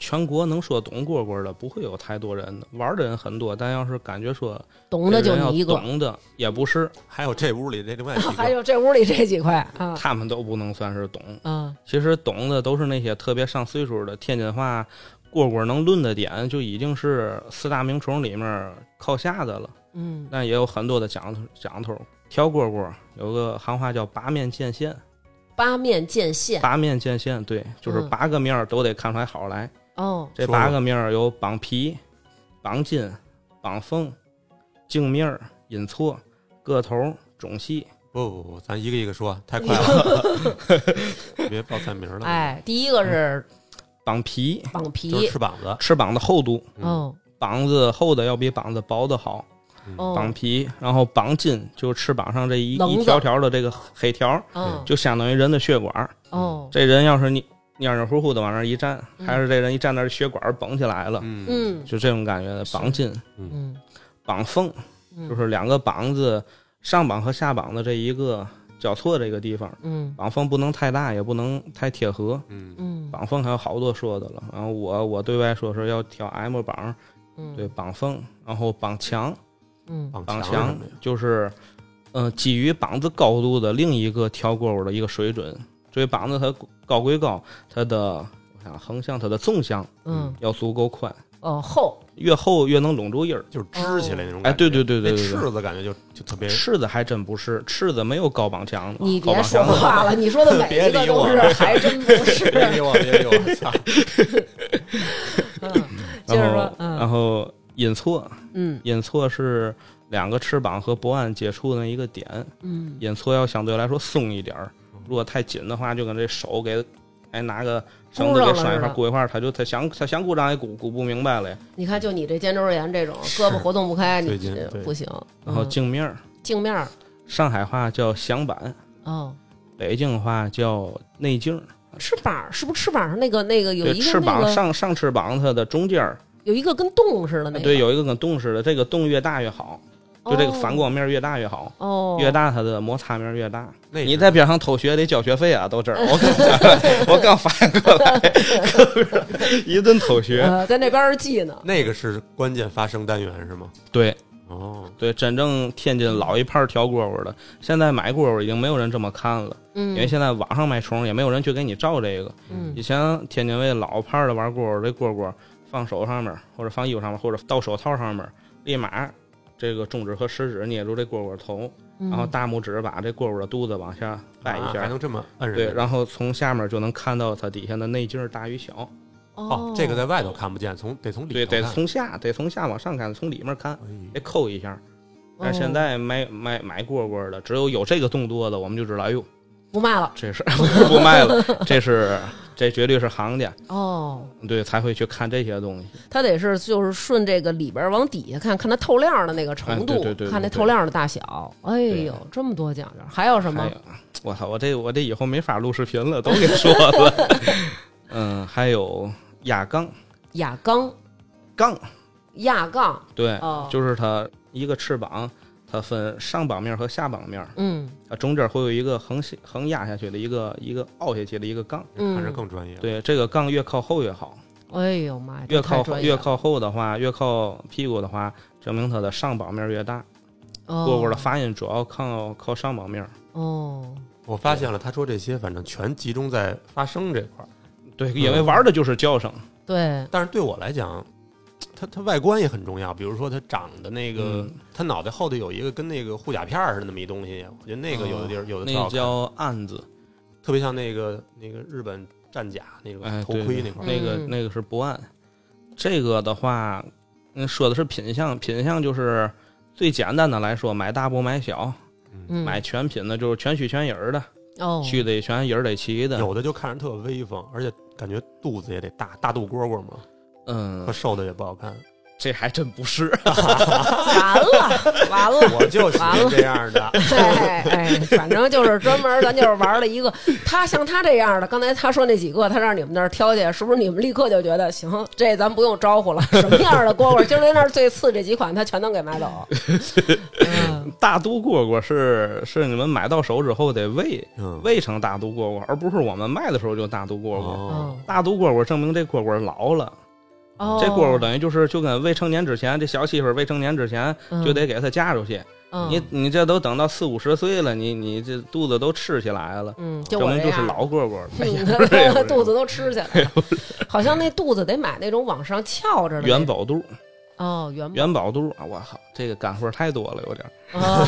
全国能说懂蝈蝈的不会有太多人的，玩的人很多，但要是感觉说
懂的就
人要
你一个，
懂的也不是，
还有这屋里这另外几
<laughs> 还
个，
有这屋里这几块啊
他们都不能算是懂。
啊，
其实懂的都是那些特别上岁数的天津话，蝈蝈能论的点就已经是四大名虫里面靠下的了。
嗯
但也有很多的讲头讲头，挑蝈蝈有个行话叫八面见线，
八面见
<laughs>
线
八面见线，对，就是
嗯
八个面儿都得看出来好来。
哦，
这
说吧
八个面儿有绑皮、绑筋、绑缝、镜面儿、引错、个头、种细。
不不不，咱一个一个说，太快了，
<laughs>
别报菜名了。，
哎，第一个是
绑皮，
绑皮
就是翅膀子，
翅膀的厚度，
嗯
哦
膀子厚的要比膀子薄的好。绑
哦
皮，然后绑筋，就是翅膀上这一
棱子
一条条的这
对
个黑条儿，
哦
就相当于人的血管儿。
哦，
这人要是你蔫蔫乎乎的往那儿一站，
嗯
还是这人一站那儿血管绷起来了，
嗯
嗯
就这种感觉的绑筋、
嗯
绑缝，
嗯，
就是两个膀子上膀和下膀的这一个交错这个地方，
嗯
绑缝不能太大，也不能太贴合。
嗯
嗯
绑缝还有好多说的了，然后我我对外说是要挑 M 绑，
嗯
对绑缝，然后绑墙，
嗯
绑
墙什
墙
么呀？
就是，呃，基于膀子高度的另一个挑蝈蝈的一个水准。所以膀子它高归高，它的我想横向它的纵向
嗯
要足够宽，
哦厚
越厚越能拢住音儿。
就是支起来那种感觉。
哎，对对对对
那
对对，
柿子感觉就就特别
翅的还真不是，翅的没有高膀墙的，
你
高
别
膀
说
墙的
话了，你说的每一个都是，还真不
<laughs>
是。
别理我，别理我，操！
嗯，接着
然
说
后，然
嗯
后引错，
嗯
引错是两个翅膀和脖腕接触的一个点，
嗯
引错要相对来说松一点儿，如果太紧的话，就跟这手给，哎，拿个绳子给拴一块儿，箍一块儿，他就他想他想鼓掌也鼓鼓不明白了。
你看，就你这肩周炎这种，胳膊活动不开，你
最近
这
对
不行。
然后
嗯
镜面儿，
镜面儿，
上海话叫响板，
哦，
北京话叫内镜儿。
翅膀是不是翅膀上那个那个有
对，
一
翅
个那
膀
个
上上翅膀它的中间儿，
有一个跟洞似的那个，
对，有一个跟洞似的，这个洞越大越好，就这个反光面儿越大越好，
哦，哦
越大它的摩擦面儿越大。
那
你在边上偷学得交学费啊，到
<laughs>
这儿我刚我刚反应过来，可不是
<laughs>
一顿偷学。
呃，在那边儿记呢。
那个是关键发声单元是吗？
对，
哦，
对，真正天津老一派儿挑蝈蝈的，现在买蝈蝈已经没有人这么看了，
嗯，
因为现在网上买虫也没有人去给你照这个。
嗯
以前天津卫老派儿的玩蝈蝈，这蝈蝈放手上面，或者放衣服上面，或者到手套上面，立马这个中指和食指捏住这蝈蝈头，
嗯
然后大拇指把这蝈蝈的肚子往下掰一
啊还
下，
能这么摁
对，
人家？
然后从下面就能看到它底下的内径儿大与小，
哦
哦，，这个在外头看不见，从得从里
对，
头
得
看
从下得从下往上看，从里面看，
哎
得扣一下。但是现
哦
在买买买蝈蝈的，只有有这个动作的，我们就知道，哎呦，
不卖了
这是 <laughs> 不卖了，这是这绝对是行家，
哦，
对，才会去看这些东西。
它得是就是顺这个里边儿往底下看看它透亮的那个程度，
哎对对对对
看那
对
透亮的大小。哎呦，这么多讲究，还有什么
还？有，哎我操，我这我这以后没法录视频了，都给说了。 <laughs> 嗯，还有压杠
亚钢、
杠，
亚杠，
对，
哦，
哎就是它一个翅膀，它分上膀面和下膀面，
嗯
它啊中间会有一个横斜横压下去的一个一个凹下去的一个杠。
看着
嗯，
更专业了。
对，这个杠越靠后越好。
哎呦妈呀，
越
这太
靠后
专业
越
了
靠后的话，越靠屁股的话，证明它的上膀面越大。蝈蝈的发音主要靠靠上膀面，
哦，
我发现了，他说这些反正全集中在发声这块儿，
对，因为玩的就是叫声。
哦对，
但是对我来讲，它它外观也很重要。比如说它长的那个，
嗯
它脑袋后头有一个跟那个护甲片儿似的那么一东西，我觉得那个有的地儿、
哦
有的
那
特好
个
看
叫案子，
特别像那个那个日本战甲那种
哎，
头
对
盔
对
那块儿。
那个
嗯
那个是不按。这个的话，嗯，说的是品相，品相就是最简单的来说，买大不买小，
嗯，
买全品的就是全须全影儿的， <laughs>
哦，
须得全，影儿得齐的。
有的就看着特威风，而且感觉肚子也得大，大肚蝈蝈嘛，
嗯
和，瘦的也不好看。
<laughs> 这还真不是。
完了完了。
我就喜欢这样
<laughs>
的，
哎哎，反正就是专门儿，咱就是玩了一个。他像他这样的，刚才他说那几个，他让你们那儿挑去，是不是你们立刻就觉得行？这咱不用招呼了，什么样的蝈蝈，今儿在那儿最次这几款，他全能给买走。
<laughs>
嗯，
大肚蝈蝈是是你们买到手之后得喂，
嗯，
喂成大肚蝈蝈，而不是我们卖的时候就大肚蝈蝈。
哦，
大肚蝈蝈证明这蝈蝈老了，
哦，
这蝈蝈等于就是就跟未成年之前，这小媳妇儿未成年之前
嗯
就得给它嫁出去。
嗯
你你这都等到四五十岁了，你你这肚子都吃起来了，
嗯，就
证
我
明
这
就是
样。
老蝈蝈了。哎
<laughs>
呀，不是
嗯
不是
肚子都吃起
<laughs>
来了，好像那肚子得买那种往上翘着的那
元宝肚，
哦，元宝
元宝肚啊！我靠，这个干货太多了，有点儿。
啊，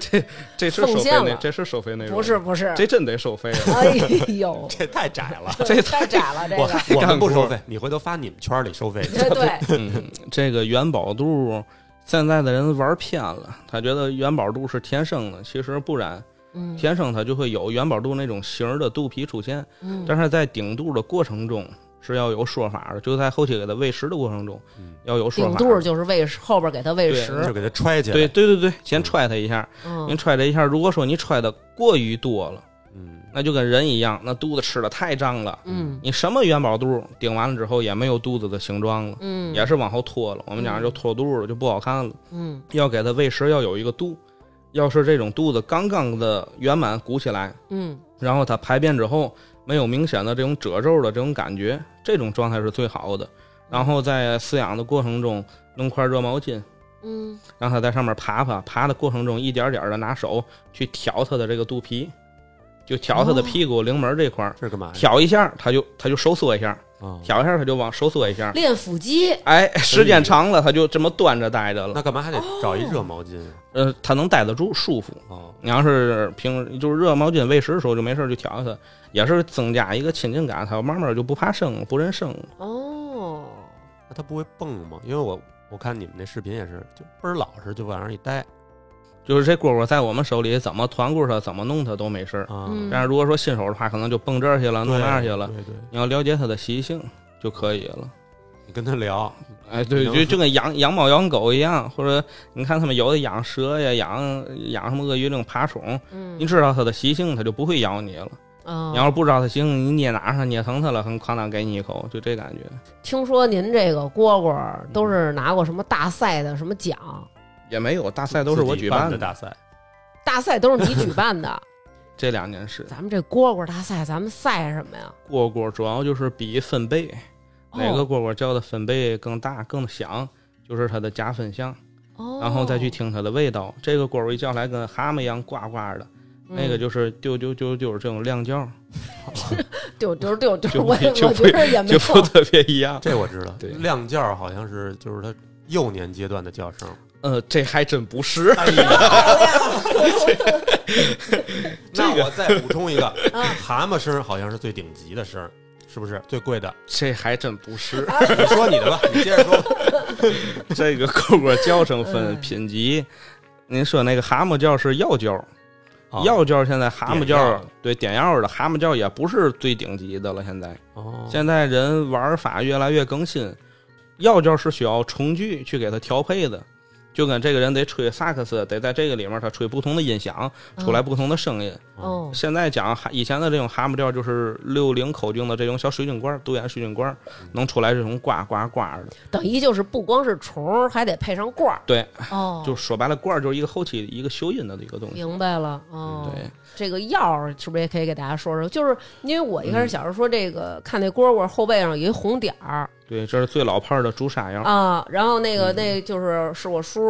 这这是收
奉
费
献
内，
了
这是收费内容，
<laughs> 不是，不是，
这真得收费啊了。
哎呦，
这太窄
<laughs>
了。
这
太窄了，这
我
个，
我们不收
干
费，你回头发你们圈里
<laughs>
收费去。
对对，
嗯，这个元宝肚，现在的人玩偏了，他觉得元宝肚是天生的，其实不然， <laughs>
嗯
天生它就会有元宝肚那种型儿的肚皮出现，
嗯
但是在顶肚的过程中是要有说法的，就在后期给它喂食的过程中
嗯
要有说
顶
法。
肚儿就是喂食后边给它喂食
就，给它揣起来。
对对对对，先揣它一下，
嗯
您揣它一下，如果说你揣的过于多了，
嗯，
那就跟人一样，那肚子吃的太胀了，
嗯
你什么元宝肚顶完了之后也没有肚子的形状了，
嗯，
也是往后拖了。我们讲就脱肚了，就不好看了。
嗯
要给它喂食要有一个度，要是这种肚子刚刚的圆满鼓起来，
嗯
然后它排便之后没有明显的这种褶皱的这种感觉，这种状态是最好的。然后在饲养的过程中，弄块热毛巾，
嗯
让它在上面爬爬，爬的过程中一点点的拿手去挑它的这个肚皮，就挑它的屁股灵门这块儿，
这是干嘛呀？
挑一下它就它就收缩一下，
啊，
挑一下它就往收缩一下。
练腹肌，
哎，时间长了它就这么端着待着了，
那干嘛还得找一热毛巾
呃，它能待得住，舒服。
啊？
你要是平就是热毛巾喂食的时候就没事儿就挑它，也是增加一个亲近感，它慢慢就不怕生了，不认生了。
哦，
那它不会蹦吗？因为我我看你们那视频也是，就倍儿老实，就往那儿一待
就是这蝈蝈在我们手里怎么团顾它，怎么弄它都没事儿。
啊。
嗯
但是如果说新手的话，可能就蹦这儿去了，弄
对
那儿去了。
对对，
你要了解它的习性就可以了。
你跟他聊，
哎，对，
能
就就跟养养猫养狗一样，或者你看他们有的养蛇呀，养养什么鳄鱼这种爬虫，
嗯，
你知道它的习性，它就不会咬你了。
啊
你要是不知道它习性，你捏哪上捏疼它了，很哐当给你一口，就这感觉。
听说您这个蝈蝈儿都是拿过什么大赛的什么奖？
也没有，大赛都是我
自己
举
办
办
的。大赛，
大赛都是你举办
<laughs>
的，
这两年是
咱们这蝈蝈大赛，咱们赛什么呀？
蝈蝈，主要就是比分贝，
哦
哪个蝈蝈叫的分贝更大更响，就是它的加分项，
哦？
然后再去听它的味道。这个蝈蝈一叫来跟蛤蟆一样呱呱的，那个
就
就是丢丢丢丢这种亮叫，
丢丢丢丢，
就
我我
不就不
觉得也没
就不
错。
特别一样。
这我知道。
对
亮叫好像是就是他幼年阶段的叫声，
<laughs> <laughs>
哎
呃，这还真不是，
<laughs> 那我再补充一个，
啊
蛤蟆声好像是最顶级的声，是不是最贵的？
<laughs> 这还真不 <laughs> 是。
你说你的吧，你接着说吧。
这个蝈蝈叫声分
嗯
品级，您说那个蛤蟆叫是药叫，
要
<laughs> 药叫现在蛤蟆
点药
叫对哦点药的蛤蟆叫也不是最顶级的了，现在。
哦
现在人玩法越来越更新，药教是需要重具去给它调配的，就跟这个人得吹萨克斯，得在这个里面他吹不同的音响，出来不同的声音。
嗯哦，
现在讲哈以前的这种蛤蟆调就是六零口径的这种小水晶罐，独眼水晶罐，能出来这种呱呱呱的。
等于就是不光是虫儿，还得配上罐儿。
对，
哦，
就说白了，罐就是一个后期一个修音的一个东西。
明白了。哦，
对，
这个药儿是不是也可以给大家说说？就是因为我一
嗯
开始小时候说这个，看那蝈蝈后背上有一红点儿
对，这是最老派的朱砂药。
啊，然后那个那就是嗯是我叔。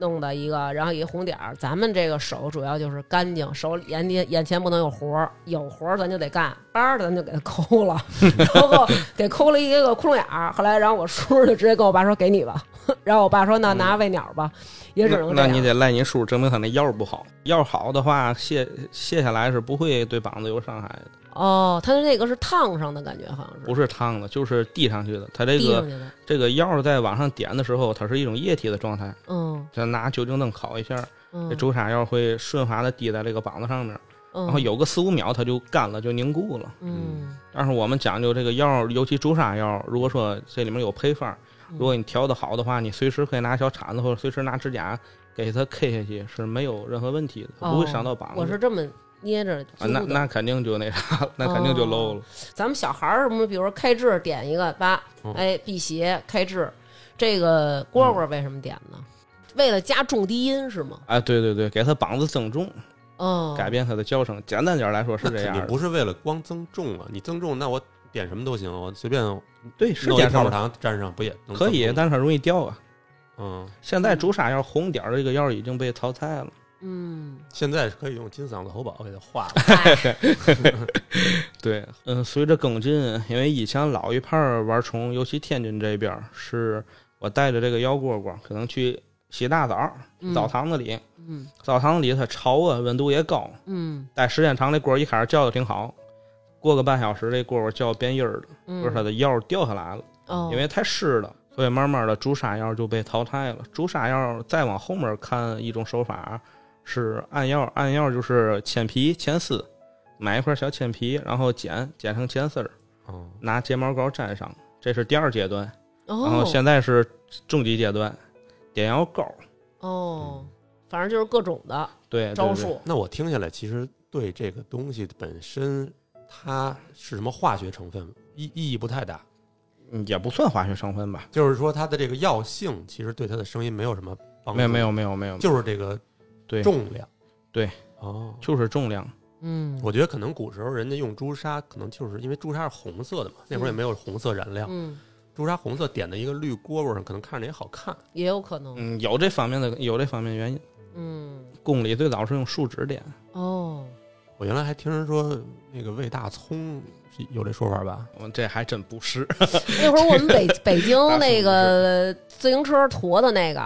弄的一个，然后一红点儿。咱们这个手主要就是干净，手里眼睛眼前不能有活儿，有活儿咱就得干，叭儿的咱就给它
<laughs>
抠了，然后给抠了一个窟窿眼儿。后来，然后我叔就直接跟我爸说：“给你吧。” <laughs> 然后我爸说：“那拿喂鸟吧。”也只能
嗯
这
那
样。
你得赖你叔，证明他那药不好。药好的话，卸卸下来是不会对膀子有伤害的。
哦，它的那个是烫上的感觉，好像是
不是烫的，就是递上去的。它这
递
个
上去的。
这个药在往上点的时候，它是一种液体的状态，
嗯
咱拿酒精灯烤一下，这
嗯，
朱砂药会顺滑的滴在这个膀子上面，
然
然后有个四五秒它就干了，就凝固了。
嗯
但是我们讲究这个药，尤其朱砂药，如果说这里面有配方，
嗯
如果你调的好的话，你随时可以拿小铲子或者随时拿指甲给它 K 下去，是没有任何问题的，
哦
不会伤到膀子。
我是这么捏着揪
啊，那
的哦
那肯定就那啥，了，那肯定就漏了。
咱们小孩儿什么，比如说开智点一个八
嗯，
哎，辟邪开智，这个蝈
嗯
蝈为什么点呢？为了加重低音是吗？
啊，对对对，给它膀子增重，
哦，
改变它的叫声。简单点来说是
那
这
肯
样
定
的，
不是为了光增重啊，你增重那我点什么都行，我随便
对，是
弄一
点
泡
上的
泡糖沾上不也能
可以
增，重吗
但是很容易掉啊。
嗯，
现在朱砂药红点儿这个药已经被淘汰了， <laughs>
嗯，
现在是可以用金嗓子喉宝给它化了。
哎
对，嗯，随着更进，因为以前老一派儿玩虫，尤其天津这边儿，是我带着这个药蝈蝈，可能去洗大澡儿，
嗯
澡堂子里，
嗯
澡堂子里它潮啊，温度也高，
嗯
待时间长，这蝈儿一开始叫的挺好，过个半小时，这蝈儿叫变音儿了，
嗯，
就是它的药掉下来了。
哦，
因为太湿了，所以慢慢的朱砂药就被淘汰了。朱砂药再往后面看一种手法是按药，按药就是铅皮、铅丝，买一块小铅皮，然后剪剪成铅丝儿，
哦，
拿睫毛膏粘上，这是第二阶段。然后
哦
现在是终极阶段，点药膏。
哦，反正就是各种的
对，对
招
对
数，
那我听下来，其实对这个东西本身它是什么化学成分意意义不太大，
嗯也不算化学成分吧？
就是说它的这个药性其实对它的声音没有什么帮助，
没有没有，没有没有，
就是这个
对
重量，
对，
哦，
就是重量，
嗯，
我觉得可能古时候人家用朱砂，可能就是因为朱砂是红色的嘛，那会儿也没有红色燃料，
嗯，
朱砂红色点在一个绿蝈蝈上，可能看着也好看。
也有可能，
嗯，有这方面的有这方面原因。
嗯，
宫里最早是用树脂点，
哦，
我原来还听人说那个魏大葱是有这说法吧？
我这还真不是。
那会儿我们北北京那个自行车驮的那个。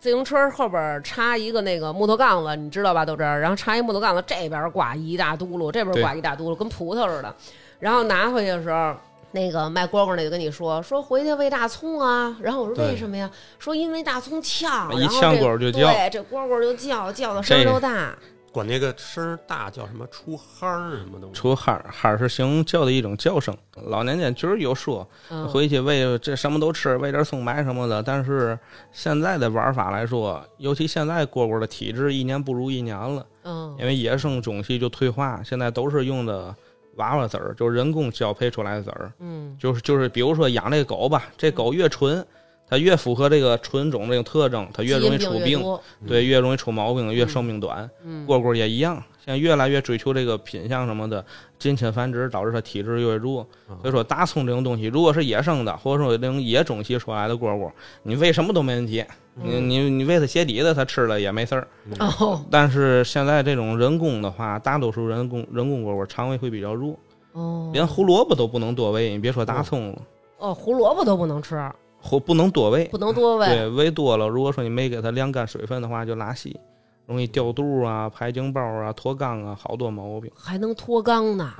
自行车后边插一个那个木头杠子，你知道吧？都这儿，然后插一木头杠子，这边挂一大嘟噜，这边挂一大嘟噜，跟葡萄似的。然后拿回去的时候，那个卖蝈蝈那就跟你说说回去喂大葱啊。然后我说
对
为什么呀？说因为大葱呛，
一
然后
呛
这
蝈儿就叫
对，这蝈蝈就叫，叫的声儿
这
都大。
管那个声儿大叫什么出夯儿什么东西？
除哈儿哈儿是形容叫的一种叫声，老年间就是有说
嗯，
回去喂这什么都吃，喂点松白什么的。但是现在的玩法来说，尤其现在蝈蝈的体质一年不如一年了，
嗯
因为野生种系就退化，现在都是用的娃娃籽儿，就是人工交配出来的籽儿。
嗯
就是就是，比如说养这狗吧，这狗越纯，它越符合这个纯种这个特征，它越容易
基因
出
病越
病，
多
对，越容易出毛病，越寿命短。
嗯
蝈蝈也一样，现在越来越追求这个品相什么的，近亲繁殖导致它体质越弱。
嗯
所以说，大葱这种东西，如果是野生的，或者说那种野种系出来的蝈蝈，你喂什么都没问题，你
嗯
你你喂它鞋底子，它吃了也没事儿。
哦
但是现在这种人工的话，大多数人工人工蝈蝈肠胃会比较弱，
哦，
连胡萝卜都不能多喂，你别说大葱了。
哦胡萝卜都不能吃，
或不能多喂，
不能多喂。
对，喂多了，如果说你没给它晾干水分的话，就拉稀，容易掉肚啊、排精包啊、脱肛啊，好多毛病。
还能脱肛呢！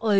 哎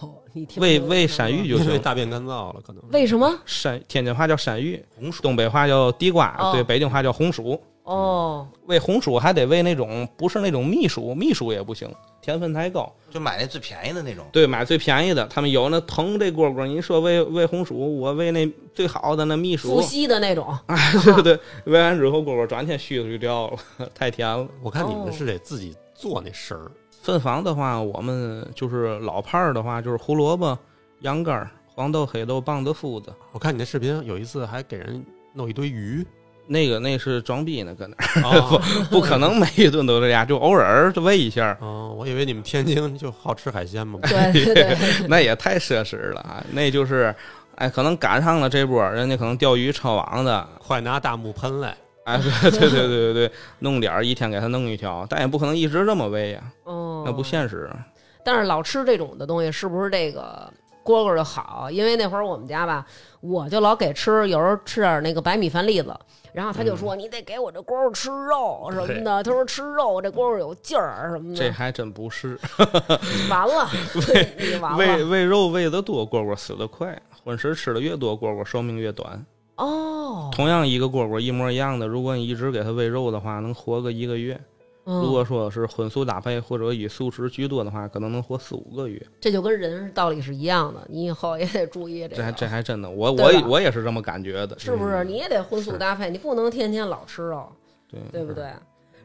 呦，你听
喂
听
喂啊闪玉就
因为
行，
大便干燥了，可能
为什么？
山天津话叫山芋，
红薯
东北话叫地瓜，
哦
对，北京话叫红薯。
哦，
喂红薯还得喂那种不是那种蜜薯，蜜薯也不行，甜分太高。
就买那最便宜的那种。
对，买最便宜的，他们有那疼这蝈蝈，你说喂喂红薯，我喂那最好的那蜜
伏
薯，
羲的
<laughs>
那种，
对哎对对，喂完之后蝈蝈转天须子就掉了， <laughs> 太甜了。
我看你
哦
们是得自己做那声儿，
分房的话，我们就是老派儿的话，就是胡萝卜、羊肝儿、黄豆、黑豆、棒子、麸子。
我看你那视频有一次还给人弄一堆鱼，
那个那是装逼呢，搁那儿
<laughs> 哦，
不可能每一顿都这样，就 <laughs> 偶尔喂一
<laughs>
下儿，
哦我以为你们天津就好吃海鲜嘛，
对对对，
<laughs> 那也太奢侈了啊！那就是，哎，可能赶上了这波儿，人家可能钓鱼抄网的，
快拿大木盆来，
<laughs>
哎，对对对对对对，弄点儿一天给他弄一条，但也不可能一直这么喂呀，
哦，
那不现实。
但是老吃这种的东西，是不是这个蝈蝈就好？因为那会儿我们家吧，我就老给吃，有时候吃点那个白米饭粒子，然后他
嗯
就说：“你得给我这蝈蝈吃肉什么的。”他说：“吃肉这蝈蝈有劲儿什么
这
的。
还真不是，”
完了，你
<laughs>
完
喂
了
喂肉喂的多，蝈蝈死得快；混食吃的越多，蝈蝈寿命越短。
哦。
同样一个蝈蝈一模一样的，如果你一直给它喂肉的话，能活个一个月；如
嗯，
果说是混素搭配或者以素食居多的话，可能能活四五个月。
这就跟人道理是一样的，你以后也得注意
这还
个。
这还真的，我
啊对
我也
吧
我也是这么感觉的。
是不是？你也得荤素
是
搭配，你不能天天老吃肉，
对
对不对？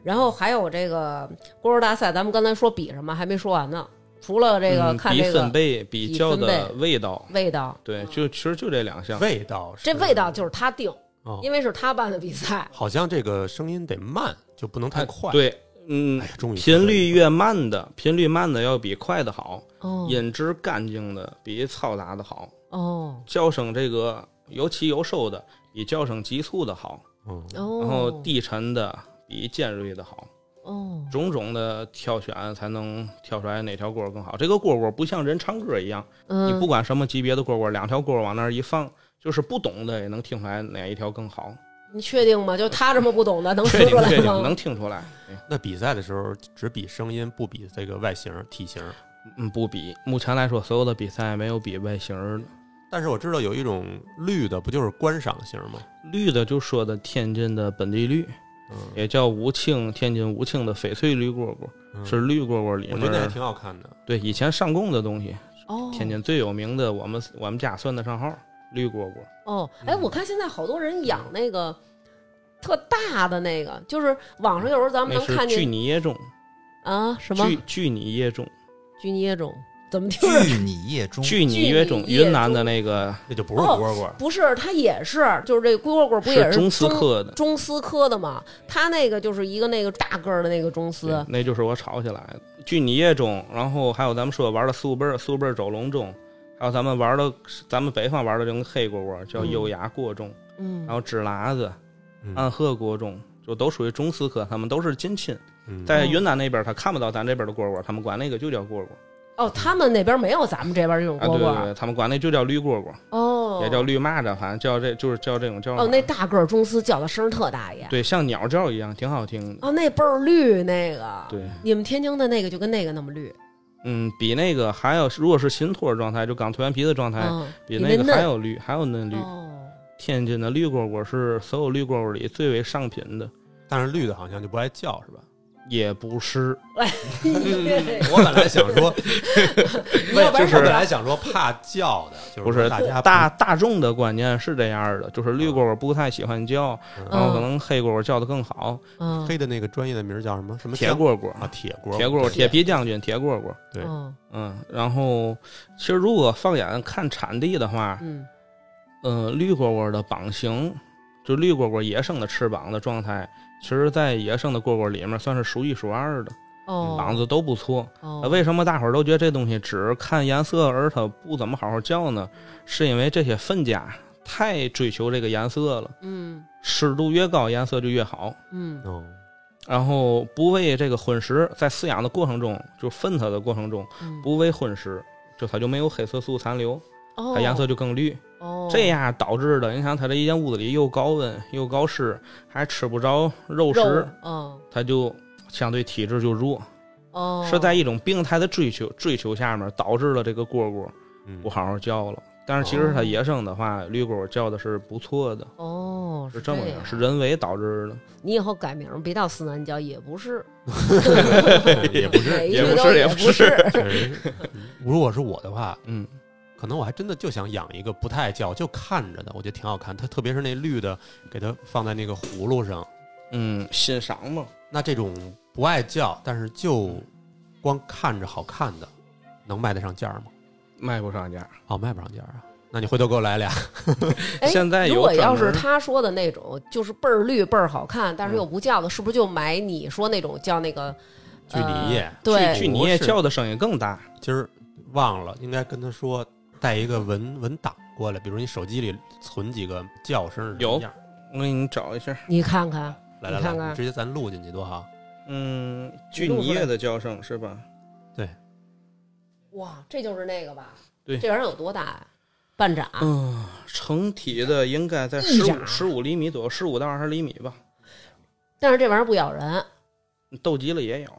然后还有这个蝈蝈大赛，咱们刚才说比什么还没说完呢。除了这个
嗯
看
比
这
分
个
贝、比
比
较
分嗯
的味道，
味道，
对，就其实就这两项。
味道是
这味道就是他定，
哦
因为是他办的比赛。
好像这个声音得慢，就不能太快。，
对，嗯
哎，呀，终于
频率越慢的，频率慢的要比快的好，
哦
音质干净的比嘈杂的好，
哦
叫声这个有起有收的比叫声急促的好，
嗯，
哦，
然后低沉的比尖锐的好。
哦
种种的挑选才能挑出来哪条蝈蝈更好。这个蝈蝈不像人唱歌一样，你
嗯
不管什么级别的蝈蝈，两条蝈蝈往那儿一放，就是不懂的也能听出来哪一条更好。
你确定吗？就他这么不懂的能
确
说
定
出来
确定
吗？
能听出来。对
那比赛的时候只比声音，不比这个外形、体型。
嗯，不比。目前来说，所有的比赛没有比外形儿的。
但是我知道有一种绿的，不就是观赏型吗？
绿的就说的天津的本地绿，
嗯，
也叫武庆，天津武庆的翡翠绿蝈蝈
嗯
是绿蝈蝈里
我
面
觉得那还
儿
挺好看的。
对以前上供的东西，
哦，
天津最有名的，我们我们家算得上号绿蝈蝈。
哦，哎，
嗯
我看现在好多人养那个特大的那个，就是网上有时候咱们
那
能
是
看见
巨泥中，
啊，什么
据据你业中，
菌椰种？怎么听着？
据你业
嗯
中，
据你
据
业
你
中，
业
云南
中
的那个
那就不是蝈
哦
蝈，
不是，它也是，就是这龟蝈蝈不也
是中
中
司科的，
中丝科的嘛？它那个就是一个那个大个儿的那个中
对
丝，
那就是我炒起来的。据你业中，然后还有咱们说玩的苏贝儿、苏贝儿走龙钟，还有咱们玩的咱们北方玩的这种黑蝈蝈叫
嗯
釉牙锅钟，
嗯
然，后纸喇子、
嗯
暗褐锅钟，就都属于中司科，他们都是近亲。
嗯
在云南那边，他看不到咱这边的蝈蝈，他们管那个就叫蝈蝈
哦，他们那边没有咱们这边这种
啊，
蝈
对
蝈，
对对，他们管那就叫绿蝈蝈，
哦，
也叫绿蚂蚱，反正叫这就是叫这种叫法。
哦，那大个儿中丝叫的声儿特大爷，
对像鸟叫一样，挺好听的。
哦，那倍儿绿那个，
对，
你们天津的那个就跟那个那么绿，
嗯，比那个还要，如果是新托儿状态，就刚脱完皮的状态，
嗯，
比那
那
个还
嫩
要绿，还要嫩绿。 <laughs>
哦，
天津的绿蝈蝈是所有绿蝈蝈里最为上品的，
但是绿的好像就不爱叫是吧？
也不是。
我本来想
<laughs>
说，
哎
要不然
就是
我本来想说怕叫的，啊就是
不是
大家
大大众的观念是这样的，就是绿蝈蝈不太喜欢叫，
嗯
然后可能黑蝈蝈叫的更好。
嗯，
黑的那个专业的名儿叫什么什么
铁
将
蝈蝈，
啊，铁锅
铁蝈蝈，铁皮将军，铁蝈蝈。
对
嗯
嗯，然后其实如果放眼看产地的话，
嗯
嗯，绿蝈蝈的膀型，就绿蝈蝈野生的翅膀的状态，其实在野生的蝈蝈里面算是数一数二的，
哦，
膀子都不错。
哦
呃为什么大伙儿都觉得这东西只看颜色而它不怎么好好叫呢？是因为这些分家太追求这个颜色了，
嗯
湿度越高颜色就越好，
嗯
哦，
然后不喂这个荤食，在饲养的过程中，就分它的过程中
嗯，
不喂荤食，就它就没有黑色素残留，
哦，
它颜色就更绿。
哦，
这样导致的，你想它这一间屋子里又高温又高湿，还吃不着肉
肉
食，，
嗯
它就相对体质就弱，
哦，
是在一种病态的追求追求下面导致了这个蝈蝈。
嗯
不好好叫了。但是其实它野生的话，绿蝈叫的是不错的，
哦，
是这么
样
样，是人为导致的。嗯
你以后改名儿别叫思南娇，也不是，
也不是，
每
<laughs>
一
也
句
不
都
是
也
也
不
不
是，
<laughs> 确实嗯如果是我的话，
嗯，
可能我还真的就想养一个不太爱叫，就看着的，我觉得挺好看。它特别是那绿的，给它放在那个葫芦上，
嗯，欣赏嘛，
那这种不爱叫，但是就光看着好看的，能卖得上价吗？
卖不上价。
哦，卖不上价啊。那你回头给我来俩，
<laughs>
哎
现在
如
有
果
专
要是
门嗯
他说的那种，就是倍儿绿、倍儿好看，但是又不叫的，是不是就买你说那种叫那个
据你业
呃对，
去你也叫的声音更大。
今儿忘了，应该跟他说带一个文文档过来，比如你手机里存几个叫声是什么样，
我给你找一下，
你看看，
来来
你看看
来，直接咱录进去多好。
嗯，去你业的叫声是吧？
哇，这就是那个吧？
对
这玩意儿有多大呀？半掌，
嗯，成体的应该在
一
十
掌
五十五厘米左右，十五到二十厘米吧。
但是这玩意儿不咬人。
斗急了也咬，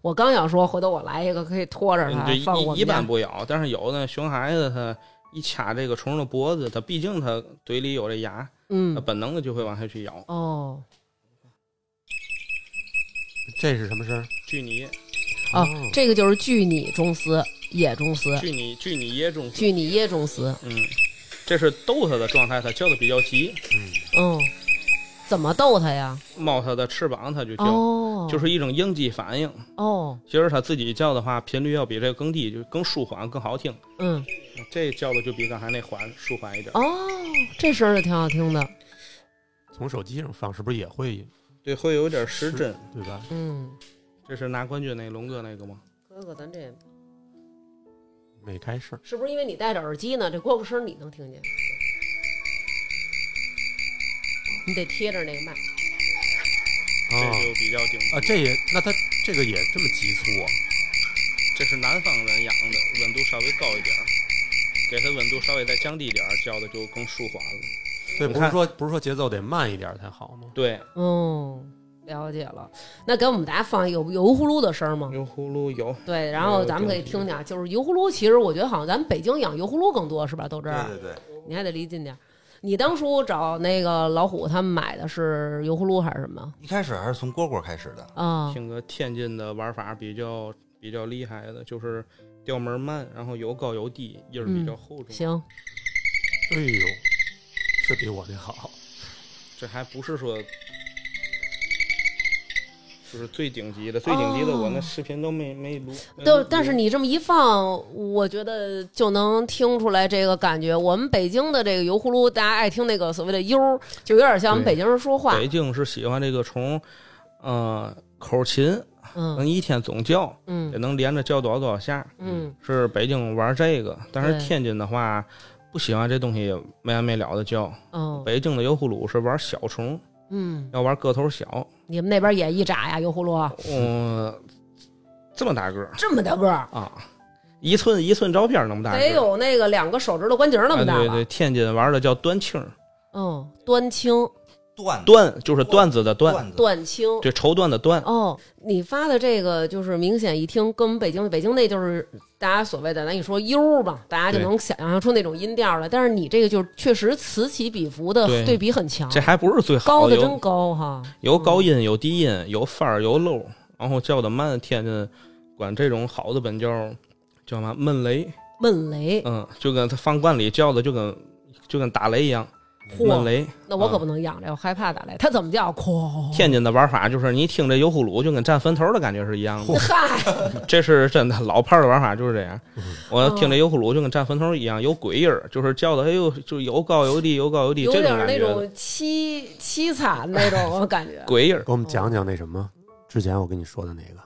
我刚想说，回头我来一个可以拖着它
这
放我
嗯一一
们
般
家。
不咬，但是有的熊孩子它一掐这个虫的脖子，它毕竟它嘴里有这牙，它
嗯，
本能的就会往下去咬。
哦，
这是什么声儿？
据你
哦，这个就是据你中丝、野中丝、
据你据你噎中，
据你椰中丝。
嗯，这是逗它的状态，它叫的比较急，
嗯，怎么逗它呀？
猫它的翅膀它就叫，
哦，
就是一种应激反应。
哦，
其实它自己叫的话，频率要比这个更低，就更舒缓、更好听。
嗯，
这叫的就比刚才那缓舒缓一点。
哦，这声儿就挺好听的。
从手机上放，是不是也会
对，会有点失真。
对吧？
嗯，
这是拿冠军那龙哥那个吗？
哥哥，咱这
没开声儿，
是不是因为你戴着耳机呢？这蝈蝈声你能听见？你得贴着那个麦。哦
这
啊
就比较顶级
啊，这也那它这个也这么急促啊？
这是南方人养的，温度稍微高一点儿，给它温度稍微再降低一点儿，叫的就更舒缓了。
对，
你
不是
看
说不是说节奏得慢一点才好吗？
对，
哦，了解了。那给我们大家放一个油葫芦的声儿吗？
油葫芦有。
对，然后咱们可以听听啊，就是油葫芦。其实我觉得好像咱们北京养油葫芦更多，是吧？豆汁儿，
对对，
你还得离近点儿。你当初找那个老虎他们买的是油葫芦还是什么
一开始还是从蝈蝈开始的，
啊？
听个天津的玩法比较比较厉害的，就是调门慢，然后有高有低，音儿比较厚重。
嗯行，
哎呦，是比我那好。
这还不是说就是最顶级的，最顶级的我那视频都没没录。
哦都，但是你这么一放，我觉得就能听出来这个感觉。我们北京的这个油葫芦，大家爱听那个所谓的“悠”，就有点像我们
对
北京人说话。
北京是喜欢这个从，呃，口琴能
嗯
一天总叫，也
嗯
能连着叫多少多少下，
嗯
是北京玩这个。但
对
是天津的话，不喜欢这东西没完没了的叫。
嗯
北京的油葫芦是玩小虫，
嗯，
要玩个头小，
你们那边也一扎呀，油葫芦
嗯，这么大个儿
这么大个儿，
啊，一寸一寸照片那么大个儿，
得有那个两个手指头关节儿那么大
啊对
吧？
对，天津玩的叫端青儿，
嗯，端青
段
端就是段子的段，
段子
断青。
对，绸缎的缎，
哦，你发的这个就是明显一听跟我们北京，北京那就是大家所谓的咱一说悠吧，大家就
对
能想象出那种音调来。但是你这个就是确实此起彼伏的
对
对比很强，
这还不是最好
高的
有
真嗯高哈。
有高音，有低音，有翻儿，有漏，然后叫的慢，天津管这种好的本叫叫嘛闷雷，
闷雷，
嗯，就跟他饭馆里叫的就跟就跟打雷一样，嗯闷
嚯，
雷。
那我可不能养着，我害怕打雷。它怎么叫？嚯，
天津的玩法就是你听这油葫芦就跟站坟头的感觉是一样的，
<laughs> 嗨，
这是真的，老炮儿的玩法就是这样。
嗯
我听这
哦
油葫芦就跟站坟头一样，有鬼音儿，就是叫的哎呦，就有高有低，有高有低，
有
这
点
种感
那
觉的。。
种凄凄惨那种我感觉
鬼音儿，
给
哦
我们讲讲那什么，之前我跟你说的那个，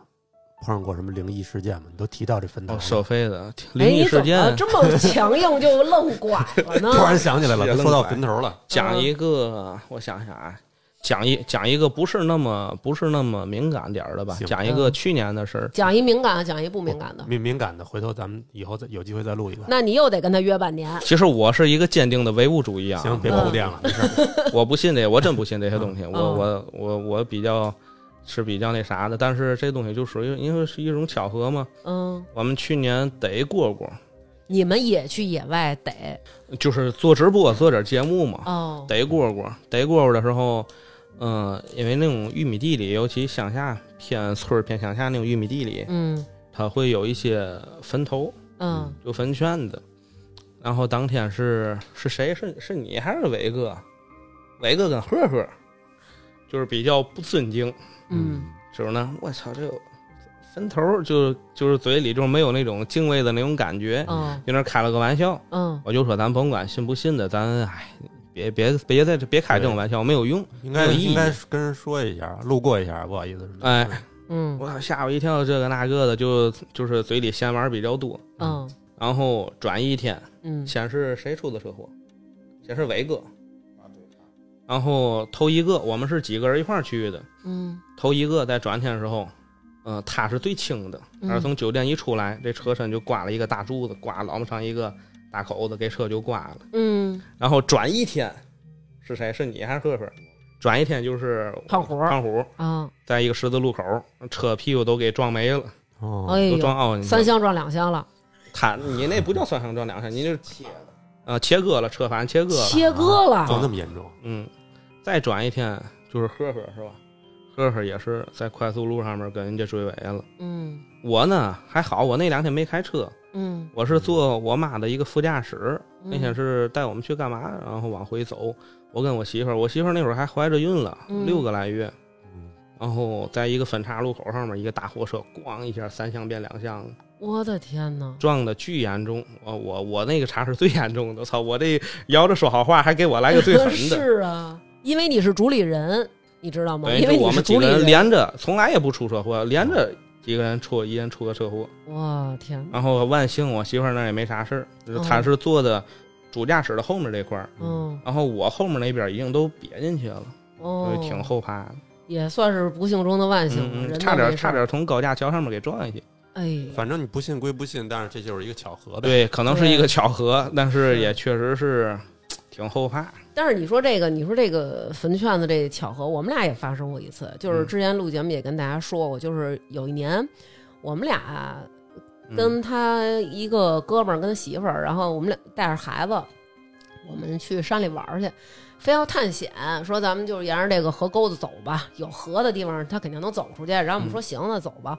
碰上过什么灵异事件吗？你都提到这坟堂
哦，
了，
收费的 <laughs> 灵
哎，
异
你
事
怎
件
么，这么强硬就愣拐了
<laughs>
呢？
突然想起来了，
是
都说到坟头了。
讲一个，我想想啊，讲一讲一个不是那么不是那么敏感点儿的吧，
行
讲一个
嗯
去年的事儿。
讲一敏感，讲一不敏
哦
感的，
敏敏感的，回头咱们以后再有机会再录一个。
那你又得跟他约半年。
其实我是一个坚定的唯物主义啊，
行，别
嗯
铺垫了，没事儿。
我不信这个，我真不信这些东西。
嗯
我我我我比较是比较那啥的，但是这东西就属于因为是一种巧合嘛。
嗯，
我们去年逮蝈蝈，
你们也去野外逮
就是做直播做点节目嘛，
哦，
逮蝈蝈，逮蝈蝈的时候，嗯、因为那种玉米地里，尤其乡下偏村儿偏乡下那种玉米地里，
嗯
它会有一些坟头，
嗯，
有坟圈子。然后当天是是谁？是是你还是伟哥？伟哥跟赫赫，就是比较不尊敬，
嗯，
就是呢，我操，这坟头儿就就是嘴里就是没有那种敬畏的那种感觉，
嗯
就那儿开了个玩笑。
嗯
我就说咱甭管信不信的，咱哎，别别别在这别开这种玩笑，没有用。
嗯
应该
有意义
应该跟人说一下，路过一下，不好意思。
哎，
嗯
我操，吓我一跳，这个那个的，就就是嘴里闲玩儿比较多。
嗯
然后转一天，
嗯，
显示谁出的车祸，显示伟哥。然后头一个，我们是几个人一块儿去的，
嗯
头一个在转天的时候，嗯、他是最轻的，
嗯
但是从酒店一出来，这车身就刮了一个大柱子，刮老么长一个大口子，给车就刮了。
嗯，
然后转一天，是谁？是你还是赫赫？转一天就是
胖虎
胖虎
啊，
在一个十字路口，车屁股都给撞没了，
哦，
哎
都
呦，
撞凹进去了。
三箱撞两箱了，
他你那不叫三箱撞两箱，你就切啊切割了，车反正切割了。
切割
撞那
了，
么严重，
嗯，再转一天就是赫赫是吧？赫赫也是在快速路上面跟人家追尾了。
嗯
我呢还好，我那两天没开车，
嗯，
我是坐我妈的一个副驾驶。
嗯
那天是带我们去干嘛，然后往回走。我跟我媳妇儿，我媳妇儿那会儿还怀着孕了，
嗯
六个来月。然后在一个分岔路口上面，一个大货车咣一下三厢变两厢，
我的天呐，
撞的巨严重。我我我那个茬是最严重的，操！我这摇着说好话，还给我来个最狠的。
<laughs> 是啊，因为你是主理人，你知道吗？
等于
因
是
为
我
你是
们几
主理
个人，连着，从来也不出车祸，连着几个人出，一人出个车祸。
哇天呐，
然后万幸我媳妇儿那儿也没啥事儿，就是
哦
她是坐的主驾驶的后面这块儿，
嗯
然后我后面那边已经都瘪进去了，
哦
所以，挺后怕的，
也算是不幸中的万幸
嗯嗯
了，人
差
倒
点
没事
差
儿，
点从高架桥上面给撞下去。
哎，
反正你不信归不信，但是这就是一个巧合呗。
对，可能是一
对
个巧合，但
是
是也确实是挺后怕。
但是你说这个，你说这个坟圈子这巧合，我们俩也发生过一次，就是
嗯
之前录节目也跟大家说过，就是有一年我们俩
嗯
跟他一个哥们儿跟他媳妇儿，然后我们俩带着孩子，我们去山里玩儿去。非要探险，说咱们就是沿着这个河沟子走吧，有河的地方他肯定能走出去。然后我们说行，那走吧。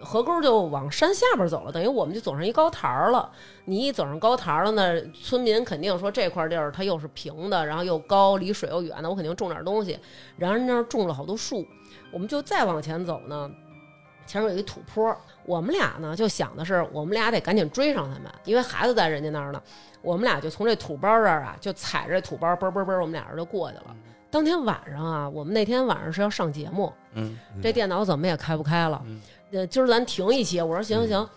河沟就往山下边走了，等于我们就走上一高台儿了。你一走上高台儿了呢，村民肯定说这块地儿它又是平的，然后又高，离水又远，那我肯定种点东西。然而那儿种了好多树，我们就再往前走呢，前面有一土坡，我们俩呢就想的是，我们俩得赶紧追上他们，因为孩子在人家那儿呢。我们俩就从这土包这儿啊，就踩着土包，嘣嘣嘣，我们俩人就过去了。当天晚上啊，我们那天晚上是要上节目，
嗯，
这电脑怎么也开不开了
嗯。
呃，今儿咱停一期，我说行行行。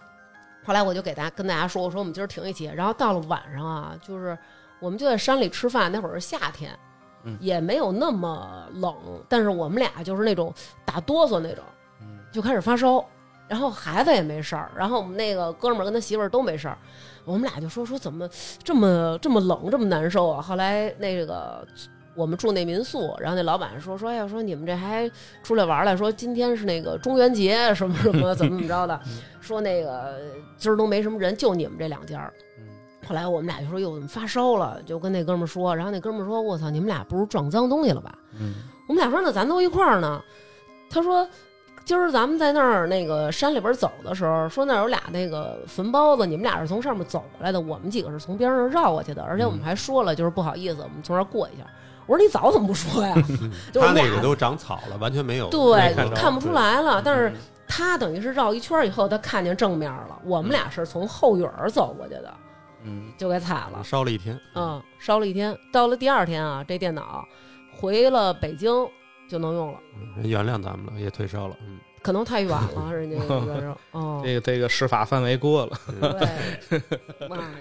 后来我就给大家跟大家说，我说我们今儿停一期。然后到了晚上啊，就是我们就在山里吃饭，那会儿是夏天
嗯，
也没有那么冷，但是我们俩就是那种打哆嗦那种，
嗯
就开始发烧。然后孩子也没事儿，然后我们那个哥们儿跟他媳妇儿都没事儿，我们俩就说说怎么这么这么冷，这么难受啊。后来那个我们住那民宿，然后那老板说说哎呀，说你们这还出来玩儿来，说今天是那个中元节，什么什么怎么怎么着的，
嗯
<laughs> 说那个今儿都没什么人，就你们这两家儿
嗯。
后来我们俩就说哟，怎么发烧了？就跟那哥们儿说，然后那哥们儿说我操，你们俩不是撞脏东西了吧？
嗯
我们俩说那咱都一块儿呢。他说今儿咱们在那儿那个山里边走的时候，说那儿有俩那个坟包子，你们俩是从上面走过来的，我们几个是从边上绕过去的，而且我
嗯
们还说了，就是不好意思，我们从这儿过一下。我说你早怎么不说
<laughs>
呀？就是我
他
们俩
那个都长草了，完全没有
对
看着嗯
看不出来了，但是。他等于是绕一圈以后，他看见正面了。我们俩是从后院儿走过去的，
嗯，
就给踩了。
烧了一天，
嗯，烧了一天，到了第二天啊，这电脑回了北京就能用了。
人嗯原谅咱们了，也退烧了，嗯，
可能太远
<laughs>
了，人家觉着哦，
这个这个施法范围过了，
对，妈呀！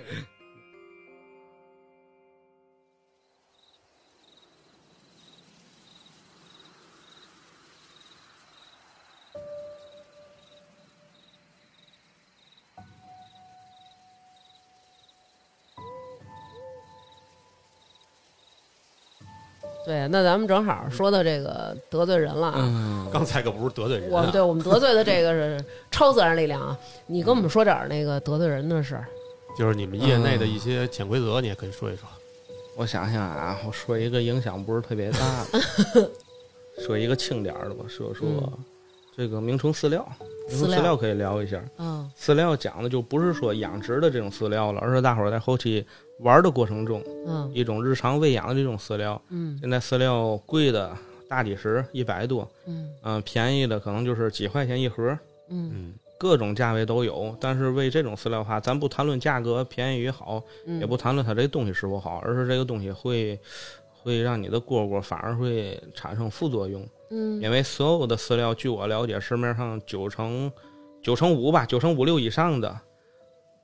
对，那咱们正好说到这个得罪人了啊，
嗯，
刚才可不是得罪人
我们
啊，
对我们得罪的这个是超自然力量啊！你跟我们说点儿那个得罪人的事儿。
就是你们业
嗯
内的一些潜规则，你也可以说一说。
我想想啊，我说一个影响不是特别大 <laughs> 的，说一个轻点儿的吧，说说
嗯
这个名虫饲料，名
饲
虫饲
料，
料可以聊一下。
嗯
饲料讲的就不是说养殖的这种饲料了，而是大伙儿在后期玩的过程中，
嗯
一种日常喂养的这种饲料。
嗯
现在饲料贵的大几十、一百多，
嗯
嗯、便宜的可能就是几块钱一盒，
嗯
嗯，
各种价位都有。但是喂这种饲料的话，咱不谈论价格便宜与好，
嗯，
也不谈论它这东西是否好，而是这个东西会会让你的蝈蝈反而会产生副作用。
嗯
因为所有的饲料，据我了解，市面上九成九成五吧，九成五六以上的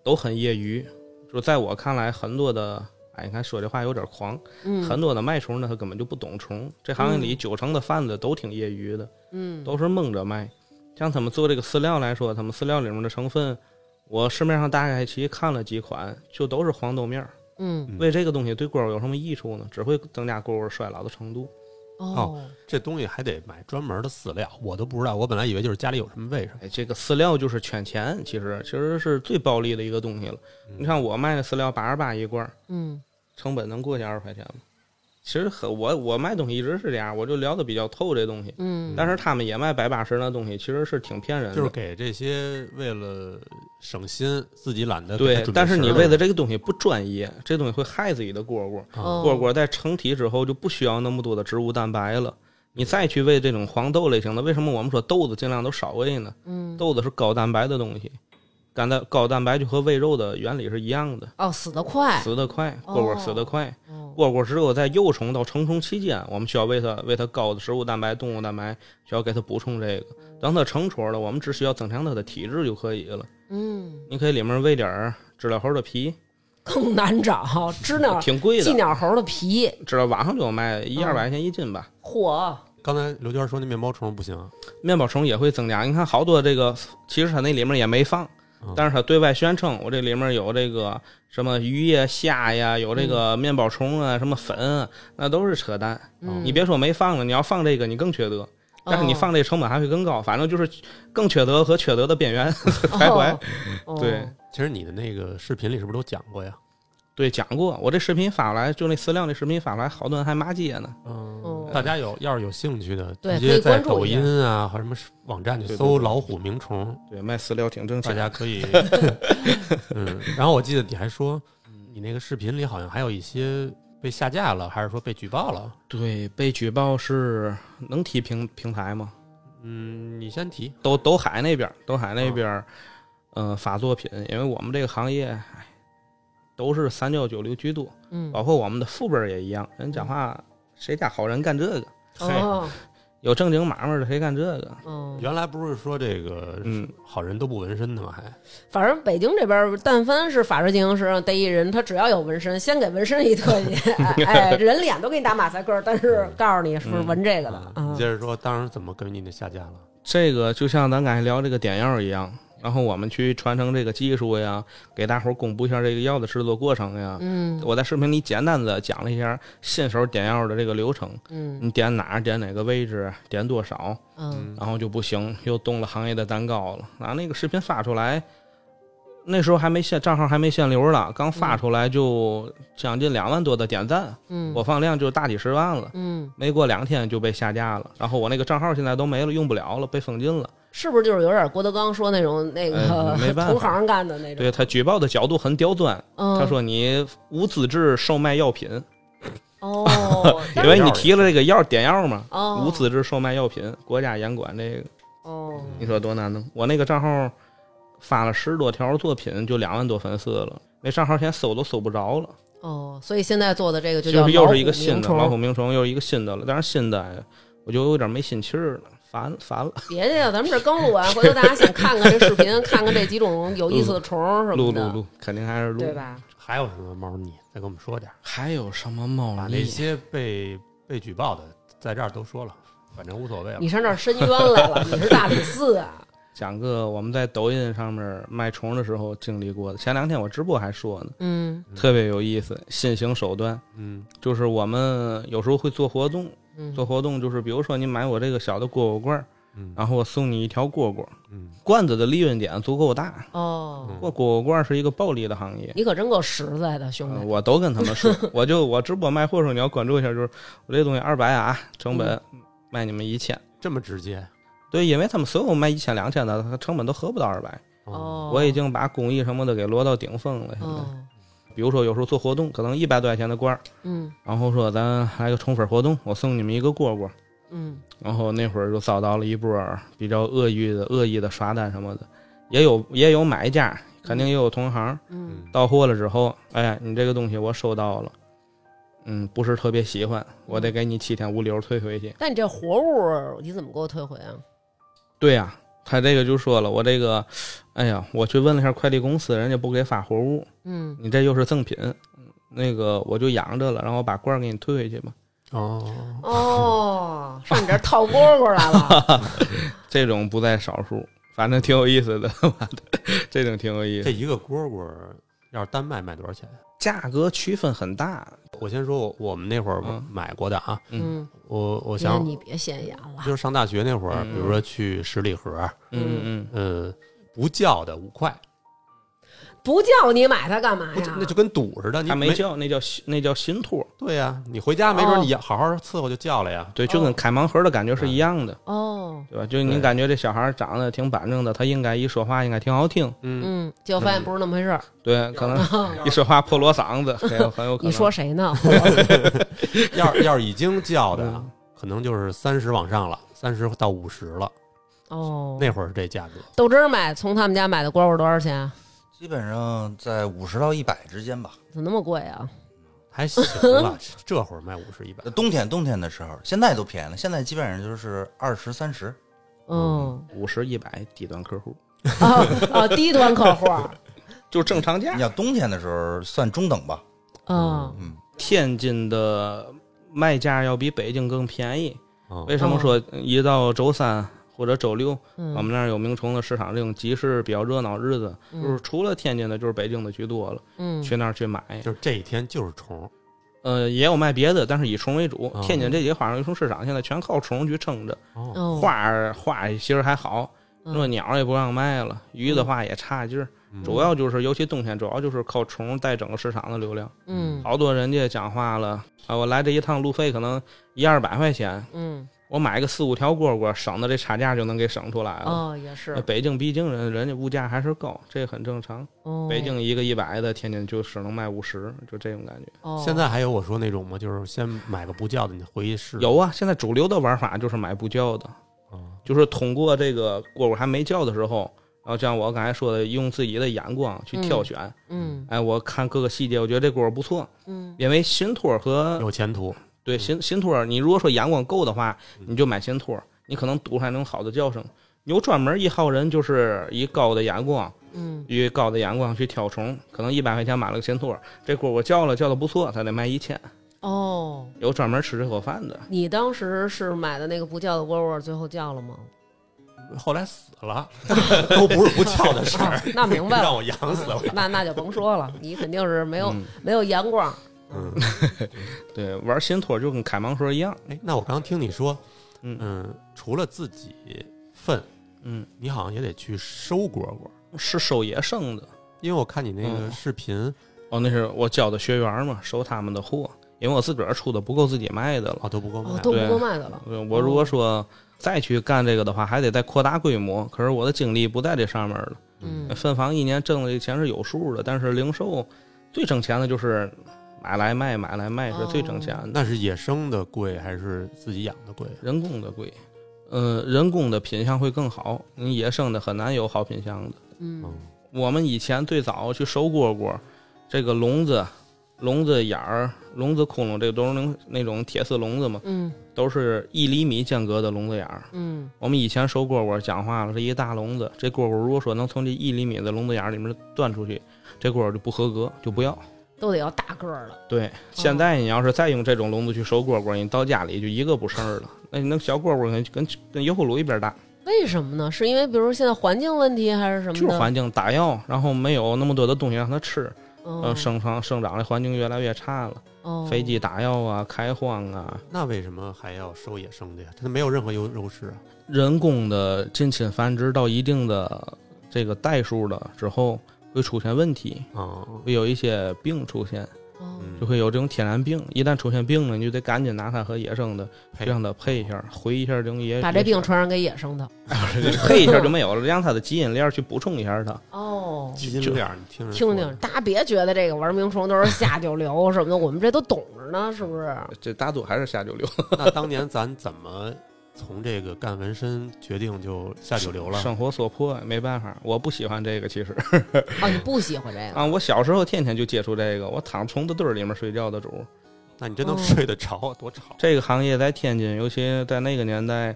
都很业余。就在我看来，很多的，哎，你看说这话有点狂，
嗯
很多的卖虫的他根本就不懂虫，这行业里九成的贩子都挺业余的，
嗯
都是蒙着卖。像他们做这个饲料来说，他们饲料里面的成分，我市面上大概其看了几款，就都是黄豆面儿。
嗯
嗯
喂这个东西对蝈蝈有什么益处呢？只会增加蝈蝈衰老的程度。
哦
这东西还得买专门的饲料，我都不知道，我本来以为就是家里有什么喂什么。
哎，这个饲料就是圈钱，其实其实是最暴利的一个东西了。你看我卖的饲料八十八一罐儿，
嗯
成本能过去二十块钱吗？其实很我我卖东西一直是这样，我就聊的比较透这东西。
嗯
但是他们也卖百八十那东西，其实是挺骗人的。
就是给这些为了省心自己懒得给他
对
准，备
但是你
食物
为了这个东西不专业，这东西会害自己的蝈蝈。
哦
蝈蝈在成体之后就不需要那么多的植物蛋白了。你再去喂这种黄豆类型的，为什么我们说豆子尽量都少喂呢？
嗯
豆子是高蛋白的东西，干蛋高蛋白就和喂肉的原理是一样的，
哦死得快
死得快，
哦
蝈蝈死得快。
哦
蝈蝈只有在幼虫到成虫期间，我们需要喂它喂它高的植物蛋白、动物蛋白，需要给它补充这个。等它成虫了，我们只需要增强它的体质就可以了。
嗯
你可以里面喂点儿知了猴的皮，
更难找，知鸟
挺贵
寄
的，
鸟猴的皮，
知道网上就有卖一
嗯
二百块钱一斤吧。
嚯
刚才刘娟说那面包虫不行啊，
面包虫也会增加，你看好多这个，其实它那里面也没放
嗯，
但是它对外宣称我这里面有这个什么鱼呀、虾呀，有这个面包虫啊、什么粉啊，那都是扯淡。
嗯
你别说没放了，你要放这个你更缺德，但是你
哦
放这成本还会更高，反正就是更缺德和缺德的边缘徘徊。
哦
对
其实你的那个视频里是不是都讲过呀？
对，讲过，我这视频发过来，就那饲料那视频发过来，好多人还骂街呢。
嗯
哦，
大家有要是有兴趣的，
对可
直接
以
在
关注
抖
一
音
下
啊或者什么网站去
对对
搜“
对
老虎鸣虫
对，卖饲料挺”，挣
大
钱。
家可 <laughs> 以。嗯，然后我记得你还说，你那个视频里好像还有一些被下架了，还是说被举报了？
对，被举报是能提平平台吗？
嗯，你先提。
都都海那边儿，都海
嗯
那边儿，呃，发作品，因为我们这个行业，哎，都是三教九流居多，
嗯，
包括我们的父辈儿也一样。人讲话，谁家好人干这个？
哦，
有正经买卖的谁干这个？
嗯，
原来不是说这个
嗯
好人都不纹身的吗？还
反正北京这边儿，但凡是法制进行时上逮一人，他只要有纹身，先给纹身一特写，哎哎，人脸都给你打马赛克，但是告诉你是不是纹这个的
啊
啊
你接着说，当时怎么跟你的下架了？
这个就像咱刚才聊这个点药一样，然后我们去传承这个技术呀，给大伙儿公布一下这个药的制作过程呀。
嗯
我在视频里简单的讲了一下新手点药的这个流程，
嗯
你点哪儿，点哪个位置，点多少，
嗯
然后就不行，又动了行业的蛋糕了。拿那个视频发出来，那时候还没限账号还没限流呢，刚发出来就将近两万多的点赞，
嗯，
播放量就大几十万了。
嗯，
没过两天就被下架了，然后我那个账号现在都没了，用不了了，被封禁了。
是不是就是有点郭德纲说那种那个
哎没办法
同行干的那种？
对他举报的角度很刁钻，
嗯，
他说你无资质售卖药品，
哦，但
<laughs> 因为你提了这个药点药嘛，
哦，
无资质售卖药品，国家严管这个，
哦，
你说多难弄？我那个账号发了十多条作品，就两万多粉丝了，那账号现在搜都搜不着了，
哦，所以现在做的这个
就
叫
是又是一个新
名
的
虫
老虎名虫，又是一个新的了，但是新的哎我就有点没心气儿了，烦烦了。
别介，咱们这刚录完，回头大家先看看这视频，看看这几种有意思的虫儿
嗯
什
录
么
录
的，
录，肯定还是录。
对吧？
还有什么猫腻？再跟我们说点儿。
还有什么猫
把那
腻？
些被被举报的在这儿都说了，反正无所谓了
你。上这儿深渊来了，你是大理寺
<laughs>
啊？
讲个我们在抖音上面卖虫的时候经历过的。前两天我直播还说呢，
嗯
特别有意思，新型手段。
嗯
就是我们有时候会做活动，
嗯
做活动就是比如说你买我这个小的蝈蝈罐儿，
嗯
然后我送你一条蝈蝈，
嗯，
罐子的利润点足够大。
哦，
嗯
过蝈蝈罐儿是一个暴利的行业，
你可真够实在的，兄
呃
弟。
我都跟他们
<laughs>
说，我就我直播卖货的时候你要关注一下，就是我这东西二百啊，成本
嗯
卖你们一千。
这么直接
对，因为他们所有卖一千两千的，他成本都合不到二百。
哦，
嗯我已经把工艺什么的给摞到顶峰了。现在，
哦，
比如说有时候做活动，可能一百多块钱的罐儿，
嗯
然后说咱来个宠粉活动，我送你们一个蝈蝈。
嗯
然后那会儿就遭到了一波比较恶意的恶意的刷单什么的，也有也有买家，肯定也有同行。
嗯
到货了之后，哎呀，你这个东西我收到了，嗯，不是特别喜欢，我得给你七天无理由退回去。
但你这活物你怎么给我退回啊？
对呀、他这个就说了，我这个，哎呀，我去问了一下快递公司，人家不给发活物，
嗯，
你这又是赠品，那个我就养着了，然后我把罐儿给你退回去吧。
哦，
哦，上你这儿套蝈蝈来了。
这种不在少数，反正挺有意思的，这种挺有意思
这。一个蝈蝈要是单卖卖多少钱？
价格区分很大，
我先说我我们那会儿
嗯
买过的啊，
<laughs> 嗯，
我我
行，
想
你别显眼了。
就是上大学那会儿，
嗯
比如说去十里河，
嗯嗯
呃，不叫的五块，
不叫你买它干嘛
不
哎呀？
那就跟赌似的，
嗯，
你
他
没
没叫那叫新那叫新托，
对呀、你回家没准
哦
你好好伺候就叫了呀，
对，就跟
哦
开盲盒的感觉是一样的，
哦，
对吧？就你
对
感觉这小孩长得挺板正的，他应该一说话应该挺好听，
嗯，
嗯，结果发现不是那么回事儿。
对，可能 <laughs> 一说话破锣嗓子，很有很有可能。
你说谁呢？
要是要是已经叫的啊
嗯，
可能就是三十往上了，三十到五十了，
哦，
那会儿是这价格。
豆汁儿买从他们家买的蝈蝈多少钱啊？
基本上在五十到一百之间吧。
怎么那么贵啊？
还行
<laughs>
吧，这会儿卖五十一百
呃，冬天冬天的时候，现在都便宜了，现在基本上就是二十三十。
嗯，
五十一百低端客户，
<laughs> 哦哦，低端客户，
就正常价
你。要冬天的时候算中等吧，
嗯
嗯，
天津的卖价要比北京更便宜，
哦
嗯
为什么说一到周三或者周六，
嗯，
我们那儿有名虫的市场，这种集市比较热闹日子，就是
嗯
除了天津的，就是北京的居多了，
嗯
去那儿去买。
就是这一天就是虫，
呃，也有卖别的，但是以虫为主
哦。
天津这几个花鸟鱼虫市场现在全靠虫去撑着，
哦，
哦
花儿花儿其实还好，
嗯
说鸟儿也不让卖了，鱼的话也差劲儿，
嗯
主要就是尤其冬天，主要就是靠虫带整个市场的流量。
嗯
好多人家讲话了啊，我来这一趟路费可能一二百块钱，
嗯
我买个四五条蝈蝈，省的这差价就能给省出来了。
哦，也
啊那
是，
北京毕竟人人家物价还是高，这很正常。
哦
北京一个一百的，天津就只能卖五十，就这种感觉。
哦
现在还有我说那种吗？就是先买个不叫的，你回去试。
有啊，现在主流的玩法就是买不叫的，
嗯
就是通过这个蝈蝈还没叫的时候，然后像我刚才说的，用自己的眼光去挑选。
嗯
哎，我看各个细节，我觉得这蝈蝈不错，
嗯
因为新托儿和
有前途，
对新新托儿，你如果说眼光够的话，你就买新托儿，你可能读出来那种好的叫声。有专门一号人，就是以高的眼光，
嗯
以高的眼光去挑虫，可能一百块钱买了个新托儿，这蝈蝈叫了叫的不错，他得卖一千。
哦。
有专门吃这口饭的，
你当时是买的那个不叫的蝈蝈，最后叫了吗？
后来死
<laughs>
了，都不是不叫的事儿，
那明白
让
了，
我养死了。
那那就甭说了，你肯定是没有、
嗯
没有阳光。
嗯，
对，玩新托儿就跟开盲盒一样。
哎，那我刚听你说，
嗯
嗯，除了自己粪，
嗯，
你好像也得去收蝈蝈，
是收野生的。
因为我看你那个
嗯
视频，
哦，那是我教的学员嘛，收他们的货，因为我自个儿出的不够自己卖的了。
哦，都不够
哦，
卖，
都不够卖的了。
对我如果说再去干这个的话，还得再扩大规模。可是我的精力不在这上面了。呃
嗯
分房一年挣的钱是有数的，但是零售最挣钱的就是买来卖，买来卖是最挣钱的。
那是野生的贵还是自己养的贵？啊
人工的贵，呃，人工的品相会更好，你野生的很难有好品相的。
嗯
嗯，
我们以前最早去收蝈蝈，这个笼子、笼子眼儿、笼子窟窿，这都是那那种铁丝笼子嘛，
嗯
都是一厘米间隔的笼子眼儿。
嗯
我们以前收蝈蝈讲话了，这一大笼子，这蝈蝈如果说能从这一厘米的笼子眼儿里面钻出去，这蝈蝈就不合格，就不要。
都得要大个儿的。
对，现在你要是再用这种笼子去收蝈蝈，你到家里就一个不剩儿了。那你那小蝈蝈跟跟跟油葫芦一边大，
为什么呢？是因为比如说现在环境问题还是什么
就
的？
是环境打药，然后没有那么多的东西让它吃，呃，
嗯
生长生长的环境越来越差了，
哦
飞机打药啊，开荒啊，
那为什么还要收野生的呀？它没有任何优优势啊。
人工的近亲繁殖到一定的这个代数了之后，会出现问题，
嗯，
会有一些病出现。
哦
嗯
就会有这种天然病。一旦出现病了，你就得赶紧拿它和野生的，
配
让它配一下，回一下这种野，
把这病
野生
传染给野生的。
<laughs> 配一下就没有了，让它的基因链去补充一下它。
哦，
基因链儿，你听着
听听，大家别觉得这个玩名虫都是下九流什么的，我们这都懂着呢，是啊不是？
这大多还是下九流，
<laughs>
那当年咱怎么从这个干纹身决定就下九流了？
生活所迫，没办法。我不喜欢这个，其实
哦，你不喜欢这个？
啊，我小时候天天就接触这个，我躺虫子堆儿里面睡觉的主。
那你真
嗯
能睡得着
哦
啊？多吵！
这个行业在天津，尤其在那个年代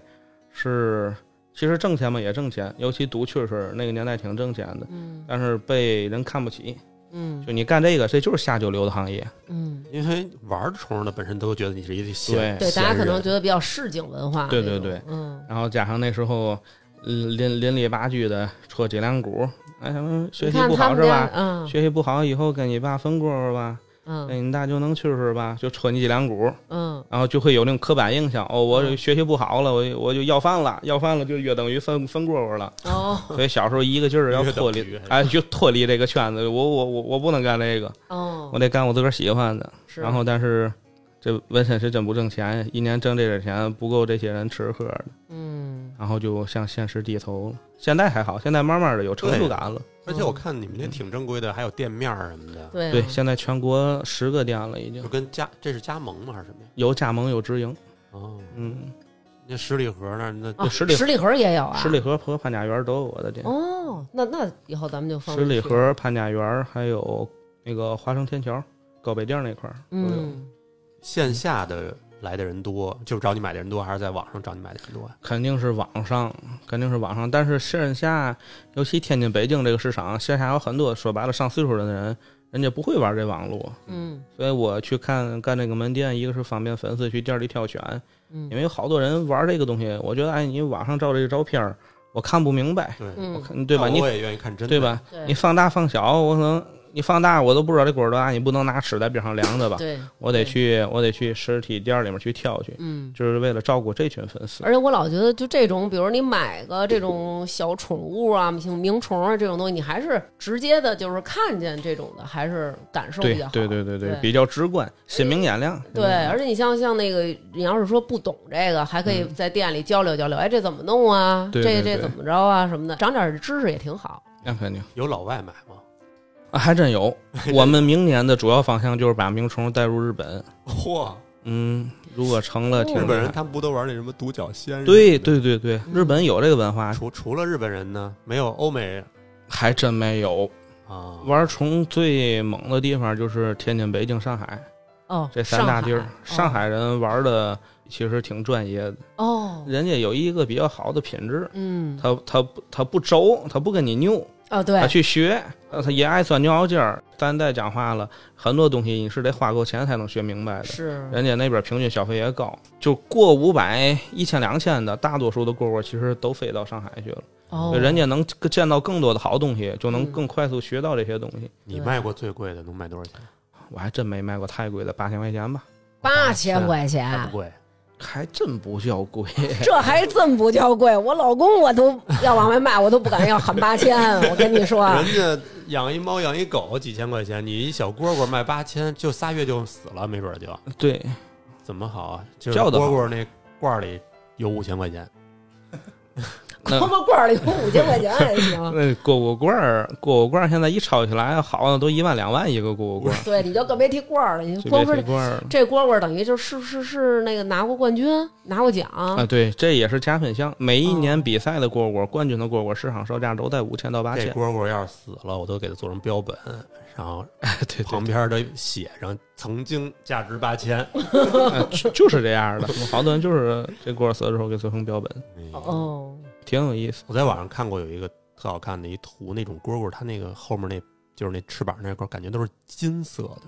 是。其实挣钱嘛也挣钱，尤其读蛐蛐儿那个年代挺挣钱的，
嗯
但是被人看不起。
嗯
就你干这个，这就是下九流的行业。
嗯，
因为玩虫的本身都觉得你是一闲
对，大家可能觉
得
得比较市井文化那种。
哎对对对
嗯，
然后加上那时候嗯邻邻里八居的戳脊梁骨，哎，什么学
你
习
看
不
他
好
们
是
家
吧？，
嗯
学习不好以后跟你爸分蝈蝈吧，
嗯
跟你大舅能蛐蛐吧，就戳你脊梁骨，
嗯，
然后就会有那种刻板印象。哦，我
嗯
学习不好了，我我就要饭了，要饭了就约等于分分蝈蝈了。
哦
<laughs> 所以小时候一个劲儿要
约等
脱离
于，
<laughs> 哎，就脱离这个圈子。我我我我不能干这个，
哦
我，得干我自个儿喜欢的。
是
然后但是。这纹身是真不挣钱，一年挣这点钱不够这些人吃喝的。
嗯
然后就向现实低头了。现在还好，现在慢慢的有成就感了。
而且我看你们这挺正规的，还有店面儿什么的，
对
对
啊
现在全国十个店了，已
就
经
跟加这是加盟吗？还是什么呀？
有加盟有直营。
哦，
嗯，
那十里河那儿那
啊，
十里
十里河也有啊，
十里河和潘家园都有我的店。
哦，那那以后咱们就放
十里，河、潘家园还有那个华盛天桥、高北店那块儿都有。
嗯，
线下的来的人多，就是找你买的人多，还是在网上找你买的人多啊？
肯定是网上，肯定是网上。但是线下，尤其天津、北京这个市场，线下有很多说白了上岁数的人，人家不会玩这网络。
嗯
所以我去看干这个门店，一个是方便粉丝去店里挑选，
嗯
因为有好多人玩这个东西，我觉得哎，你网上照这个照片儿，我看不明白，
对，
我
嗯，
看对吧？
那
你
我也愿意看真的，
对？吧？
对
你放大放小，我可能你放大我都不知道这果多大，你不能拿尺在边上量着吧？
对，
我得去，我得去实体店里面去挑去，
嗯。
就是为了照顾这群粉丝。
而且我老觉得，就这种，比如你买个这种小宠物啊、像鸣虫啊这种东西，你还是直接的，就是看见这种的，还是感受
对
比较好。
对对对
对
比较直观，鲜明眼亮。嗯
对，而且你像像那个，你要是说不懂这个，还可以在店里交流交流，哎，这怎么弄啊？
嗯对对
这这
对
怎么着啊？什么的，长点知识也挺好。
那肯定
有老外买吗？
啊，还真
<laughs>
有。我们明年的主要方向就是把鸣虫带入日本。
嚯，
嗯，如果成了挺
日本
厉
人
害
他们不都玩那什么独角仙？
对。对对对，日本有这个文化，
除除了日本人呢，没有欧美人
还真没有。
啊。
玩虫最猛的地方就是天津、北京、上海
哦，
这三大地儿
上海，
上海人玩的其实挺专业的，
哦，
人家有一个比较好的品质。
嗯，
他他不他不轴，他不跟你拗，
哦，对
他，去学，呃他也爱钻牛角尖儿。咱再讲话了，很多东西你是得花够钱才能学明白的。
是，
人家那边平均消费也高，就过五百、一千、两千的，大多数的蝈蝈其实都飞到上海去了。
哦
就，人家能见到更多的好东西，就能
嗯
更快速学到这些东西。
你卖过最贵的能卖多少钱？
我还真没卖过太贵的，八千块钱吧，
八千块
还
钱
不，贵。
还真不叫贵。
这还真不叫贵。我老公我都要往外卖，我都不敢要喊八千。我跟你说，
人家养一猫养一狗几千块钱，你一小蝈蝈卖八千，就仨月就死了，没准儿就
<laughs> 对，
怎么好啊？就是
叫
蝈
得好
蝈那罐儿里有五千块钱，
那
他妈罐儿里有五千块钱也行。
那蝈蝈罐儿，蝈蝈罐儿现在一抄起来，好的都一万两万一个蝈蝈 <laughs> 罐儿，
<laughs> 对，你就更别提罐儿了，你
随
光
便
说
提罐儿了。
这蝈蝈等于就是是是那个拿过冠军，拿过奖，
啊，对，这也是加分项。每一
哦
年比赛的蝈蝈，冠军的蝈蝈市场售价都在五千到八
这
千。
蝈蝈要是死了，我都给它做成标本，然后
<laughs> 对
旁边的写上曾经价值八千。
对，啊就 <laughs> 就是这样的。好多人就是这蝈儿死了之后给做成标本，
嗯
哦，
挺有意思。
我在网上看过有一个特好看的一图，那种蝈蝈，它那个后面那就是那翅膀那块儿，感觉都是金色的，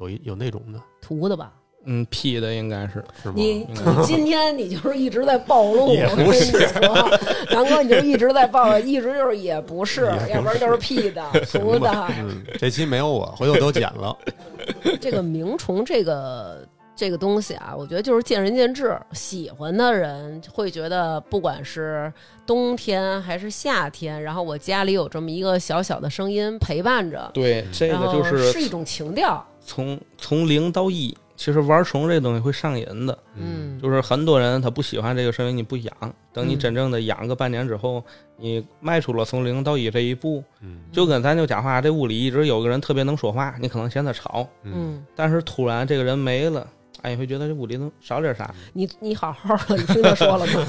有一有那种的，
图的吧？
嗯，P 的应该是
是吗？ <laughs>
你你今天你就是一直在暴露，
嗯也
我跟
不
你
是
说，南哥你就一直在暴露，一直就是也不是，要不然就是屁的、
<laughs>
图的。啊
嗯，这期没有我，回头都剪了。
这个鸣虫这个这个东西啊，我觉得就是见仁见智，喜欢的人会觉得，不管是冬天还是夏天，然后我家里有这么一个小小的声音陪伴着，
嗯
对，这
然
个
后
就是是
一种情调。
从从零到一。其实玩虫这东西会上瘾的，
<laughs> 嗯，
就是很多人他不喜欢这个声音，你不养。等你
嗯
真正的养个半年之后，你迈出了从零到一这一步，
嗯
就跟咱就讲话，这屋里一直有个人特别能说话，你可能嫌他吵，
嗯，
嗯，
但是突然这个人没了，哎，你会觉得这屋里能少点啥？
你你好好的，你听他说了吗？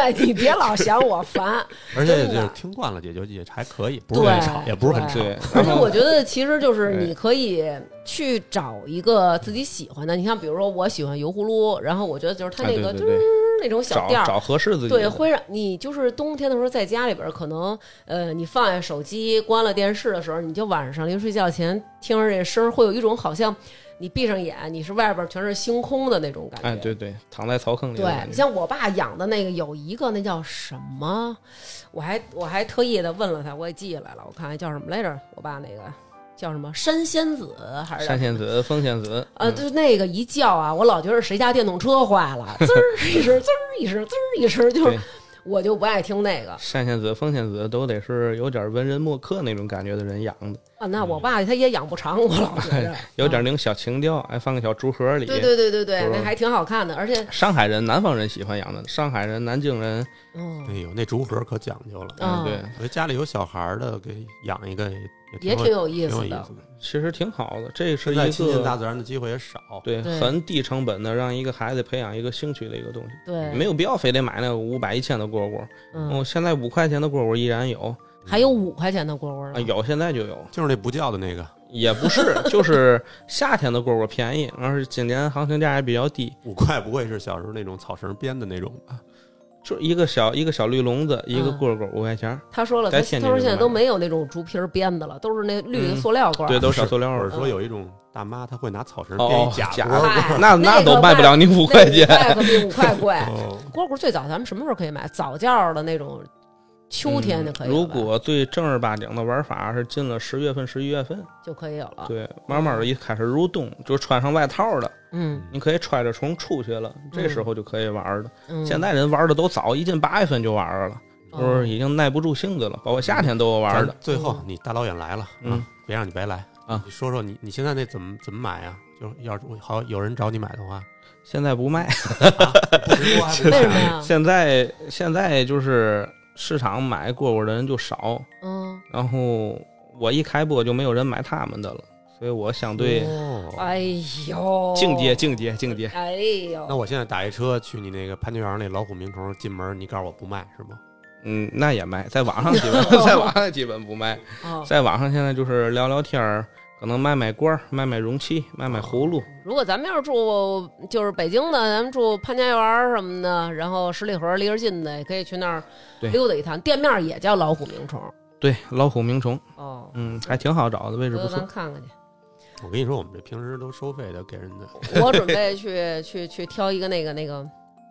哎，你别老嫌我烦。
而且
真
就
的啊
是听惯了，也就也还可以，不是很
对
吵，也不是很吵。
对，
而且我觉得，其实就是
对
你可以去找一个自己喜欢的。你像，比如说，我喜欢油葫芦，然后我觉得就是它
哎
那
对
个
对
就是
对，
那种小
找
店儿，
找合适自己的，
对，会让你就是冬天的时候在家里边，儿，可能呃，你放下手机，关了电视的时候，你就晚上临睡觉前听着这声儿，会有一种好像你闭上眼，你是外边儿全是星空的那种感觉。
哎，对对，躺在草坑里的
对
感
你
觉，
像我爸养的那个有一个那叫什么，我还我还特意的问了他，我也记下来了，我看看叫什么来着，我爸那个叫什么山仙子还是叫
山仙嗯子、风仙子，
呃，就是那个一叫啊，我老觉得谁家电动车坏了，滋儿一声，滋儿一声，滋儿一声，就是
对
我就不爱听那个
山仙子、风仙子都得是有点文人墨客那种感觉的人养的，
啊。那我爸他也养不长，我老觉着
嗯 <laughs> 有点
啊
那种小情调，哎，放个小竹盒里。
对对对对对，
就是
那还挺好看的，而且
上海人、南方人喜欢养的，上海人、南京人，
嗯
哎呦，那竹盒可讲究了。
哎
嗯，
对，
我觉得家里有小孩儿的，给养一个也
也挺
挺
有意
挺有
思
意
的
思。的。
其实挺好的，这是
现
一
在亲近大
个
自然的机会也少。
对
对
很低成本的让一个孩子培养一个兴趣的一个东西，
对，
没有必要非得买那个五百一千的蝈蝈。
嗯
哦，，现在五块钱的蝈蝈依然有
还有五块钱的蝈
啊，
蝈呢，
有现在就有，
就是那不叫的那个
也不是，就是夏天的蝈蝈便宜，而是今年行情价也比较低，
五块，不会是小时候那种草绳编的那种吧？
就一个小一个小绿笼子，一个
嗯
蝈蝈五块钱儿，
他说了，他
在
他
天津
说
就
现在
卖
都
了
没有那种竹皮儿编的了，都是那绿的
嗯
塑料罐儿。
对，都是小塑料
或
嗯
者
儿。
说有一种大妈，她会拿草绳编
哦
一，假
假
蝈蝈。
嗨
那
那
那都
个
卖不了你五块钱。 <laughs> 哎
<laughs>
嗯
那五块可比五块贵。
哦，
蝈蝈最早咱们什么时候可以买？早教的那种秋天就可
嗯
以了吧、
如果最正儿八经的玩法是进了十月份、十一月份，
就可以有了。
对，慢慢的一开始入冬，就穿上外套了，
嗯
你可以揣着虫出去了，这时候就可以玩了。
嗯，
现在人玩的都早，一进八月份就玩了，
哦
就是已经耐不住性子了，包括夏天都有玩的
咱。最后你大老远来了，
嗯
啊，别让你白来
啊！
你说说你你现在那怎么怎么买啊？就是要是好有人找你买
<laughs>
的话，
现在不卖，
不直播还不
为什么呀？
<laughs> 现在现在就是市场买蝈蝈的人就少，
嗯，
然后我一开播就没有人买他们的了，所以我相对
哦，
哎呦，
<laughs> 境界境界境界，
哎
那
呦，
我现在打一车去你那个潘家园那老虎鸣虫，进门你告诉我不卖是吗？
嗯，那也卖，在 <laughs> 网上基本在网上基本不卖，
哦，
在网上现在就是聊聊天儿，可能卖卖罐儿，卖卖容器，卖卖葫芦，
如果咱们要是住就是北京的，咱们住潘家园儿什么的，然后十里河离着近的，也可以去那儿
对
溜达一趟。店面儿也叫老虎鸣虫
对，老虎鸣虫，
哦，
嗯，还挺好找的，位置
回
不
头
错
咱。看看去。
我跟你说，我们这平时都收费的，给人
<laughs>
的
我准备去去去挑一个那个那个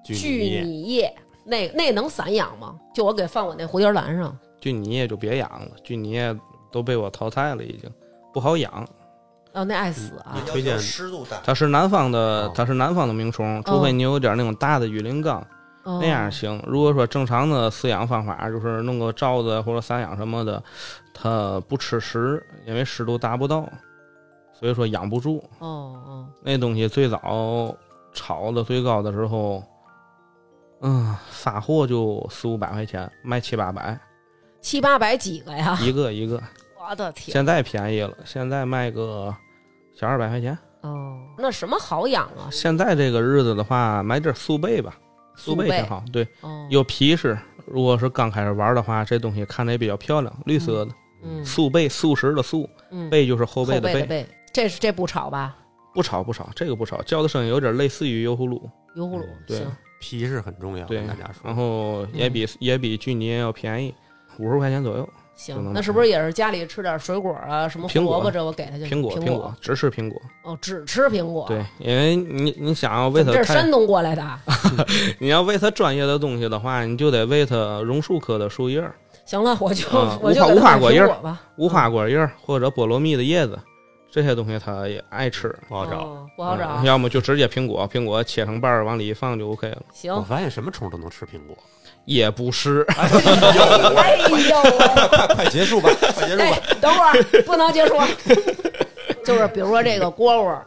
你
聚拟叶，那那能散养吗？就我给放我那蝴蝶兰上，
巨泥也就别养了，巨泥也都被我淘汰了，已经不好养。
哦，那爱死啊！
推荐
湿度大，
它是南方的
哦，
它是南方的鸣虫，除非你有点那种大的雨林缸，
哦
嗯那样行。如果说正常的饲养方法，就是弄个罩子或者散养什么的，它不吃食，因为湿度达不到，所以说养不住。
哦哦，
那东西最早炒的最高的时候，嗯，发货就四五百块钱，卖七八百
啊七八百几个呀！
一个一个。
我的天，
现在便宜了，现在卖个小二百块钱。
哦，那什么好养啊？
现在这个日子的话，买点速贝吧，速贝挺好。对，
哦，
有皮实。如果是刚开始玩的话，这东西看着也比较漂亮，绿色的
嗯
速贝，素食的素，
嗯，
贝就是后
后
背的
背
贝。
背，这是这不炒吧？
不炒不炒，这个不炒，叫的声音有点类似于油葫芦，
油葫芦
嗯
对
行，
皮是很重要，
对
跟大家，说
然。后也
嗯
比、也比距尼要便宜，五十块钱左右。就
行，
能
那
买
是不是也是家里吃点水果啊，什么胡
苹果
萝卜这我给他就
苹果
嗯苹
苹果只吃苹果，
哦，只吃苹果。
对，因为你你想要为
怎么
它
这是
太
山东过来
<laughs>
的。啊
你要喂它专业的东西的话，你就得喂它榕树科的树叶儿、
行了，我就
啊
我
无
就
花
给
无花
他买
果
苹
叶儿
果吧，
无花果叶儿或者菠萝蜜的叶子，这些东西它也爱吃。
不好找。
哦不好找
嗯。要么就直接苹果，苹果切成瓣儿往里一放就 OK 了。
我
行，
发现什么虫都能吃苹果，
也不是，
啊
<laughs>
哎呦喂，
快快结束吧， <laughs> 快结束吧。
<laughs>
哎，等会儿不能结束，就是比如说这个蝈蝈。
嗯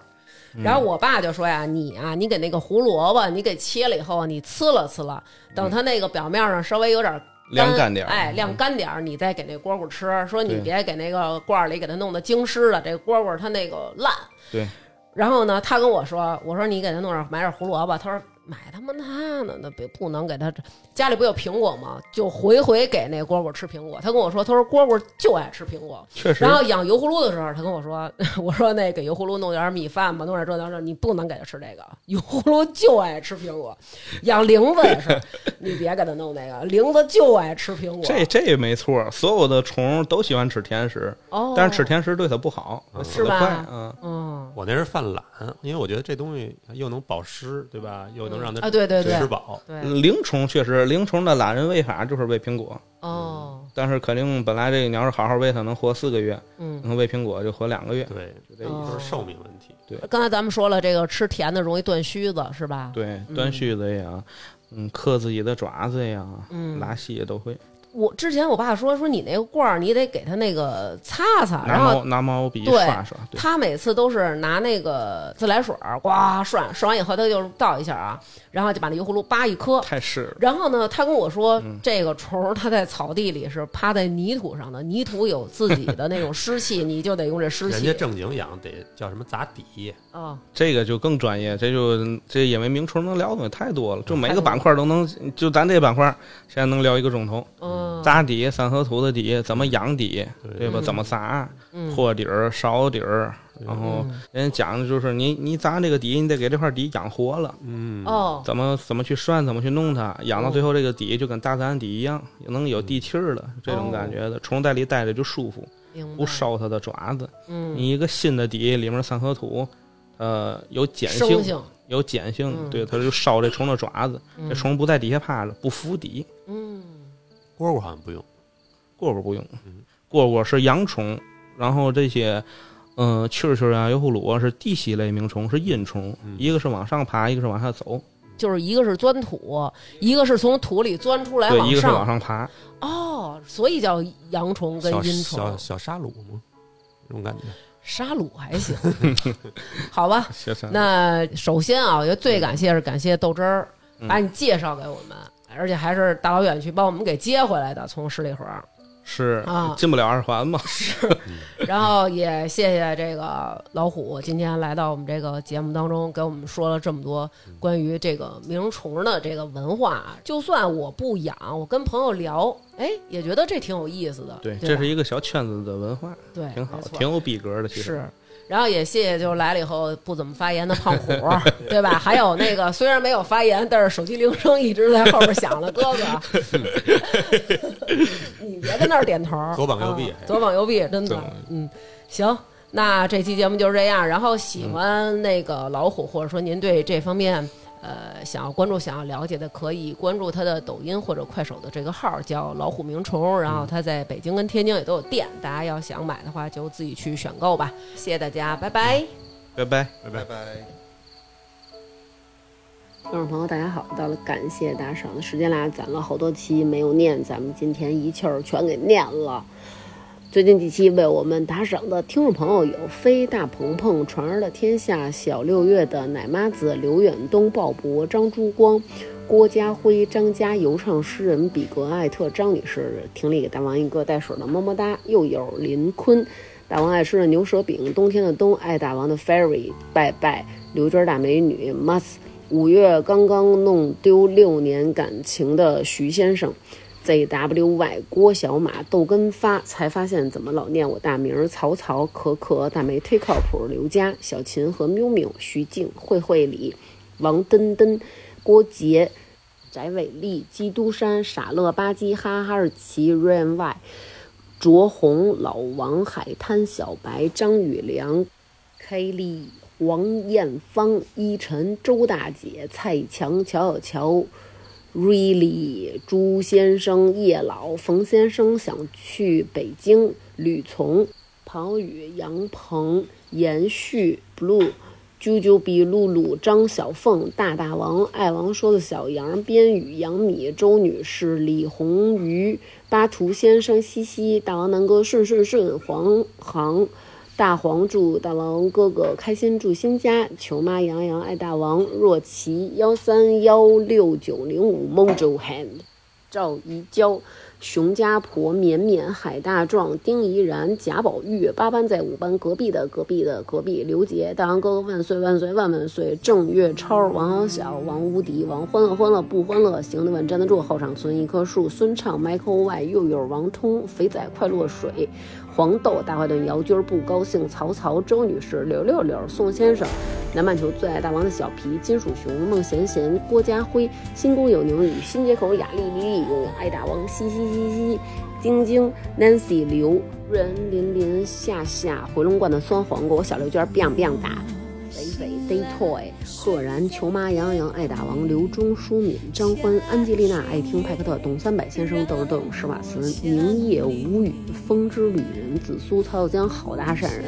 然后我爸就说呀：“你啊，你给那个胡萝卜，你给切了以后，啊你呲了呲了，等它那个表面上稍微有点干
嗯晾干点儿嗯
哎，晾干点儿，你再给那蝈蝈吃。说你别给那个罐儿里给它弄得精湿了，这蝈蝈它那个烂。
对，
然后呢，他跟我说，我说你给他弄点买点胡萝卜，他说买他妈那呢，那别不能给他家里不有苹果吗？就回回给那蝈蝈吃苹果。他跟我说，他说蝈蝈就爱吃苹果。
确实
然后养油葫芦的时候，他跟我说， <laughs> 我说那给油葫芦弄点米饭吧，弄点这弄这，你不能给它吃这个，油葫芦就爱吃苹果。养铃子
<laughs>
也是，你别给它弄那个，铃子就爱吃苹果。
这这也没错，所有的虫都喜欢吃甜食，
哦，
但是吃甜食对它不好，死
是
得
吧
快。嗯，
嗯
我那是犯懒，因为我觉得这东西又能保湿，对吧？又能让它
啊，对对对
吃饱。
对
灵虫确实，灵虫的懒人喂法就是喂苹果，
哦，
但是肯定本来这个你要是好好喂它，能活四个月，
嗯。
能喂苹果就活两个月。
对，就这
哦
就是寿命问题。
刚才咱们说了，这个吃甜的容易断须子，是吧？，
对，断须子呀，嗯，刻自己的爪子呀，
嗯
拉稀也都会，
我之前我爸说说你那个罐儿，你得给他那个擦擦，
拿
然后
毛拿毛笔
对
刷刷，对，
他每次都是拿那个自来水儿呱涮，涮完以后他就倒一下啊，然后就把那油葫芦叭一磕。
太湿了。
然后呢，他跟我说，
嗯
这个虫儿它在草地里是趴在泥土上的，泥土有自己的那种湿
<laughs>
气，你就得用这湿
人
气
家正经养得叫什么砸底，
啊。
这个就更专业，这就这因为名虫能聊的东西太多了，就每
太
个
多了
板块都能，就咱这板块现在能聊一个钟头。
嗯，
扎底、三合土的底，怎么养底，对吧？
嗯
怎么扎
嗯，
和底儿、勺底儿，然后人家讲的就是你你扎这个底，你得给这块底养活了，
嗯，
哦，
怎么怎么去涮，怎么去弄它，养到
嗯
最后这个底就跟大自然底一样，能有地气儿了，这种感觉
哦
的，虫在里待着就舒服，
明白
不烧它的爪子。
嗯，
你一个新的底里面三合土，呃，有碱
生
性，
性，
有碱性
嗯，
对，它就烧这虫的爪子，这虫不在底下趴着，不服底，
嗯，
蝈蝈好像不用，
蝈蝈不用
嗯，
蝈蝈是阳虫，然后这些，嗯、蛐蛐啊、油葫芦啊是地栖类鸣虫，是阴虫，
嗯
一个是往上爬，一个是往下走，
就是一个是钻土，一个是从土里钻出来
对，一
哎往
个是往上
上。
爬，
哦，所以叫阳虫跟
小
阴
小
虫。
小沙鲁吗？这种感觉，
沙鲁还行， <laughs> 好吧。
谢谢
那首先啊，我觉得最感谢是感谢豆汁儿
嗯
把你介绍给我们，而且还是大老远去帮我们给接回来的，从十里河。
是
啊
进不了二环嘛，
<laughs> 然后也谢谢这个老虎今天来到我们这个节目当中，给我们说了这么多关于这个鸣虫的这个文化。就算我不养，我跟朋友聊，哎，也觉得这挺有意思的。
对，
吧
这是一个小圈子的文化，
对，
挺好
哎没，错
挺有逼格的，其实
是。然后也谢谢就是来了以后不怎么发言的胖
<laughs>
虎，对吧？还有那个虽然没有发言，但是手机铃声一直在后边响的哥
<laughs>
哥，你别跟那儿点头，
左膀右臂哎
啊左膀右臂，真
左
的
膀右，
嗯，行。那这期节目就是这样。然后喜欢那个老虎，或者说您对这方面呃想要关注、想要了解的，可以关注他的抖音或者快手的这个号，叫老虎鸣虫。然后他在北京跟天津也都有店，大家要想买的话就自己去选购吧。谢谢大家，拜拜。
拜拜。
拜拜。
观众朋友，大家好！到了感谢打赏的时间啦，攒了好多期没有念，咱们今天一气儿全给念了。最近几期为我们打赏的听众朋友有飞大鹏鹏、传儿的天下、小六月的奶妈子、刘远东、鲍勃、张珠光、郭家辉、张家游唱诗人比格艾特、张女士、婷丽给大王一个带水的么么哒，又有林坤。大王爱吃的牛舌饼，冬天的冬，爱大王的 Ferry，拜拜，刘娟大美女 Must，五月刚刚弄丢六年感情的徐先生，ZWY 郭小马豆根发才发现怎么老念我大名儿曹操可可大梅忒靠谱刘佳小秦和喵喵徐静慧慧李王登登郭杰翟伟丽基督山傻乐吧唧哈哈尔奇 Rain Y。卓红、老王、海滩、小白、张宇良、K 丽、王艳芳、依晨、周大姐、蔡强、乔小乔、Really、朱先生、叶老、冯先生想去北京，吕从、庞宇、杨鹏、延续、Blue。啾啾比露露、张小凤、大大王、爱王说的小杨、边宇、杨米、周女士、李红鱼、巴图先生、西西、大王南哥、顺顺顺、黄航、大黄祝大王哥哥开心住新家，球妈杨洋爱大王，若琪幺三幺六九零五 Mojo Hand。赵怡娇、熊家婆、绵绵、海大壮、丁怡然、贾宝玉、八班在五班隔壁的隔壁的隔壁刘杰、大王哥哥万岁万岁万万岁、郑月超、王小小、王无敌、王欢乐欢乐不欢乐，行得稳站得住，后场存一棵树、孙畅、Michael Y、佑佑、王通、肥仔快乐水、黄豆、大坏蛋、姚军儿不高兴、曹操、周女士、刘六六、宋先生、南半球最爱大王的小皮、金属熊、孟贤贤、郭家辉、新宫有宁宇、新街口雅丽、李李勇、爱大王、嘻嘻嘻嘻、晶晶、Nancy、刘瑞恩、林林、夏夏、回龙观的酸黄瓜、我小刘娟、biang biang 打。北北 Day Toy、赫然、球妈、杨洋、爱打王、刘忠、舒敏、张欢、安吉丽娜、爱听派克特、董三百先生、豆儿豆儿、施瓦茨、明夜无语、风之旅人、紫苏、曹小江、好大善人。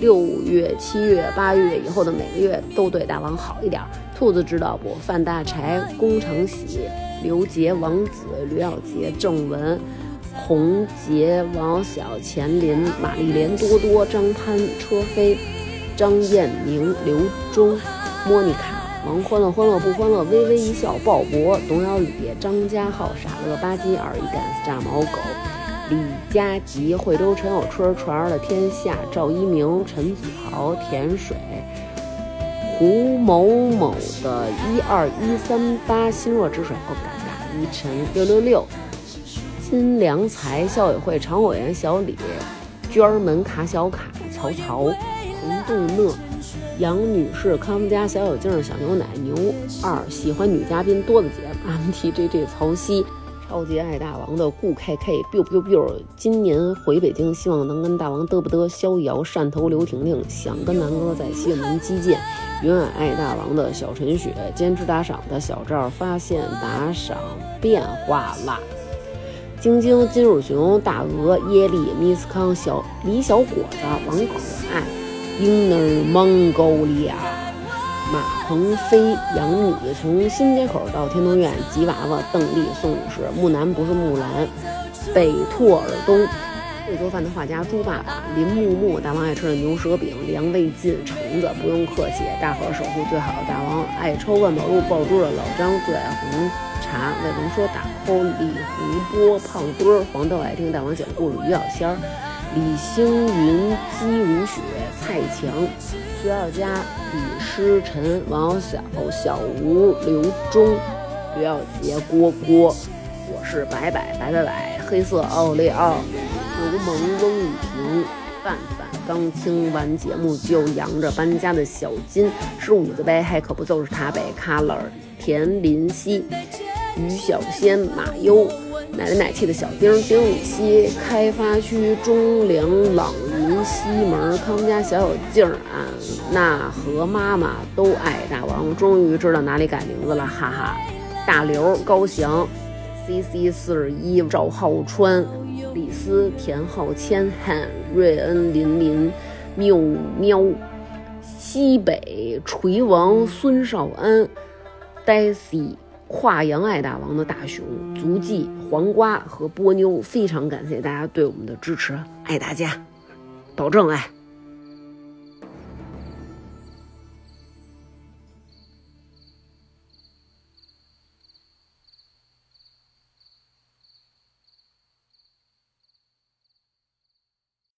六月、七月、八月以后的每个月都对大王好一点儿。兔子知道不？范大柴、宫长喜、刘杰、王子、吕小杰、郑文。洪杰、王小、钱林、玛丽莲、多多、张潘、车飞、张艳明、刘忠、莫妮卡、王欢乐欢乐不欢乐、微微一笑、鲍勃、董小李、张家浩、傻乐吧唧、二一 dance、炸毛狗、李佳吉、惠州陈小春、传儿的天下、赵一鸣、陈子豪、甜水。胡某某的一二一三八心若止水，哦，尴尬，一晨六六六，金良才校委会常委员小李，娟儿门卡小卡，曹操，洪杜讷，杨女士，看我们家小小静儿小牛奶牛二，喜欢女嘉宾多的节目，M T J J 曹曦。超级爱大王的顾 K K biu biu biu，今年回北京，希望能跟大王嘚不嘚。逍遥汕头刘婷婷想跟南哥在西门击剑，永远爱大王的小陈雪，坚持打赏的小赵发现打赏变化啦。晶晶、金属熊、大鹅、耶利、密斯康、小李小伙子、王可爱、英儿、蒙沟利亚、马鹏飞、杨女，从新街口到天通苑，吉娃娃、邓丽、宋女士、木南不是木兰、北拓尔东。会做饭的画家猪爸爸、林木木、大王爱吃的牛舌饼、梁卫进、橙子，不用客气，大河守护最好，大王爱抽万宝路爆珠的老张最爱红茶，魏龙说打 call，李胡波、胖墩儿、黄豆爱听大王讲故事，于小仙儿、李星云、姬如雪、蔡强、徐二佳、李诗晨、王小小、小吴、刘忠、刘耀杰、郭郭，我是白白白白白，黑色奥利奥。刘蒙翁雨婷、范范刚听完节目就扬着搬家的小金，十五子呗，还可不就是他呗。卡勒尔、田林希、于小仙、马优、奶里奶气的小丁、丁禹兮、开发区中粮、朗云、西门、康家小小静儿、安娜和妈妈都爱大王，终于知道哪里改名字了，哈哈。大刘、高翔、C C 四十一、赵浩川、李斯、田浩谦、汉瑞恩、林林、缪喵、西北锤王、孙少安、Daisy、跨洋爱大王的大熊、足迹、黄瓜和波妞，非常感谢大家对我们的支持，爱大家，保证爱。啊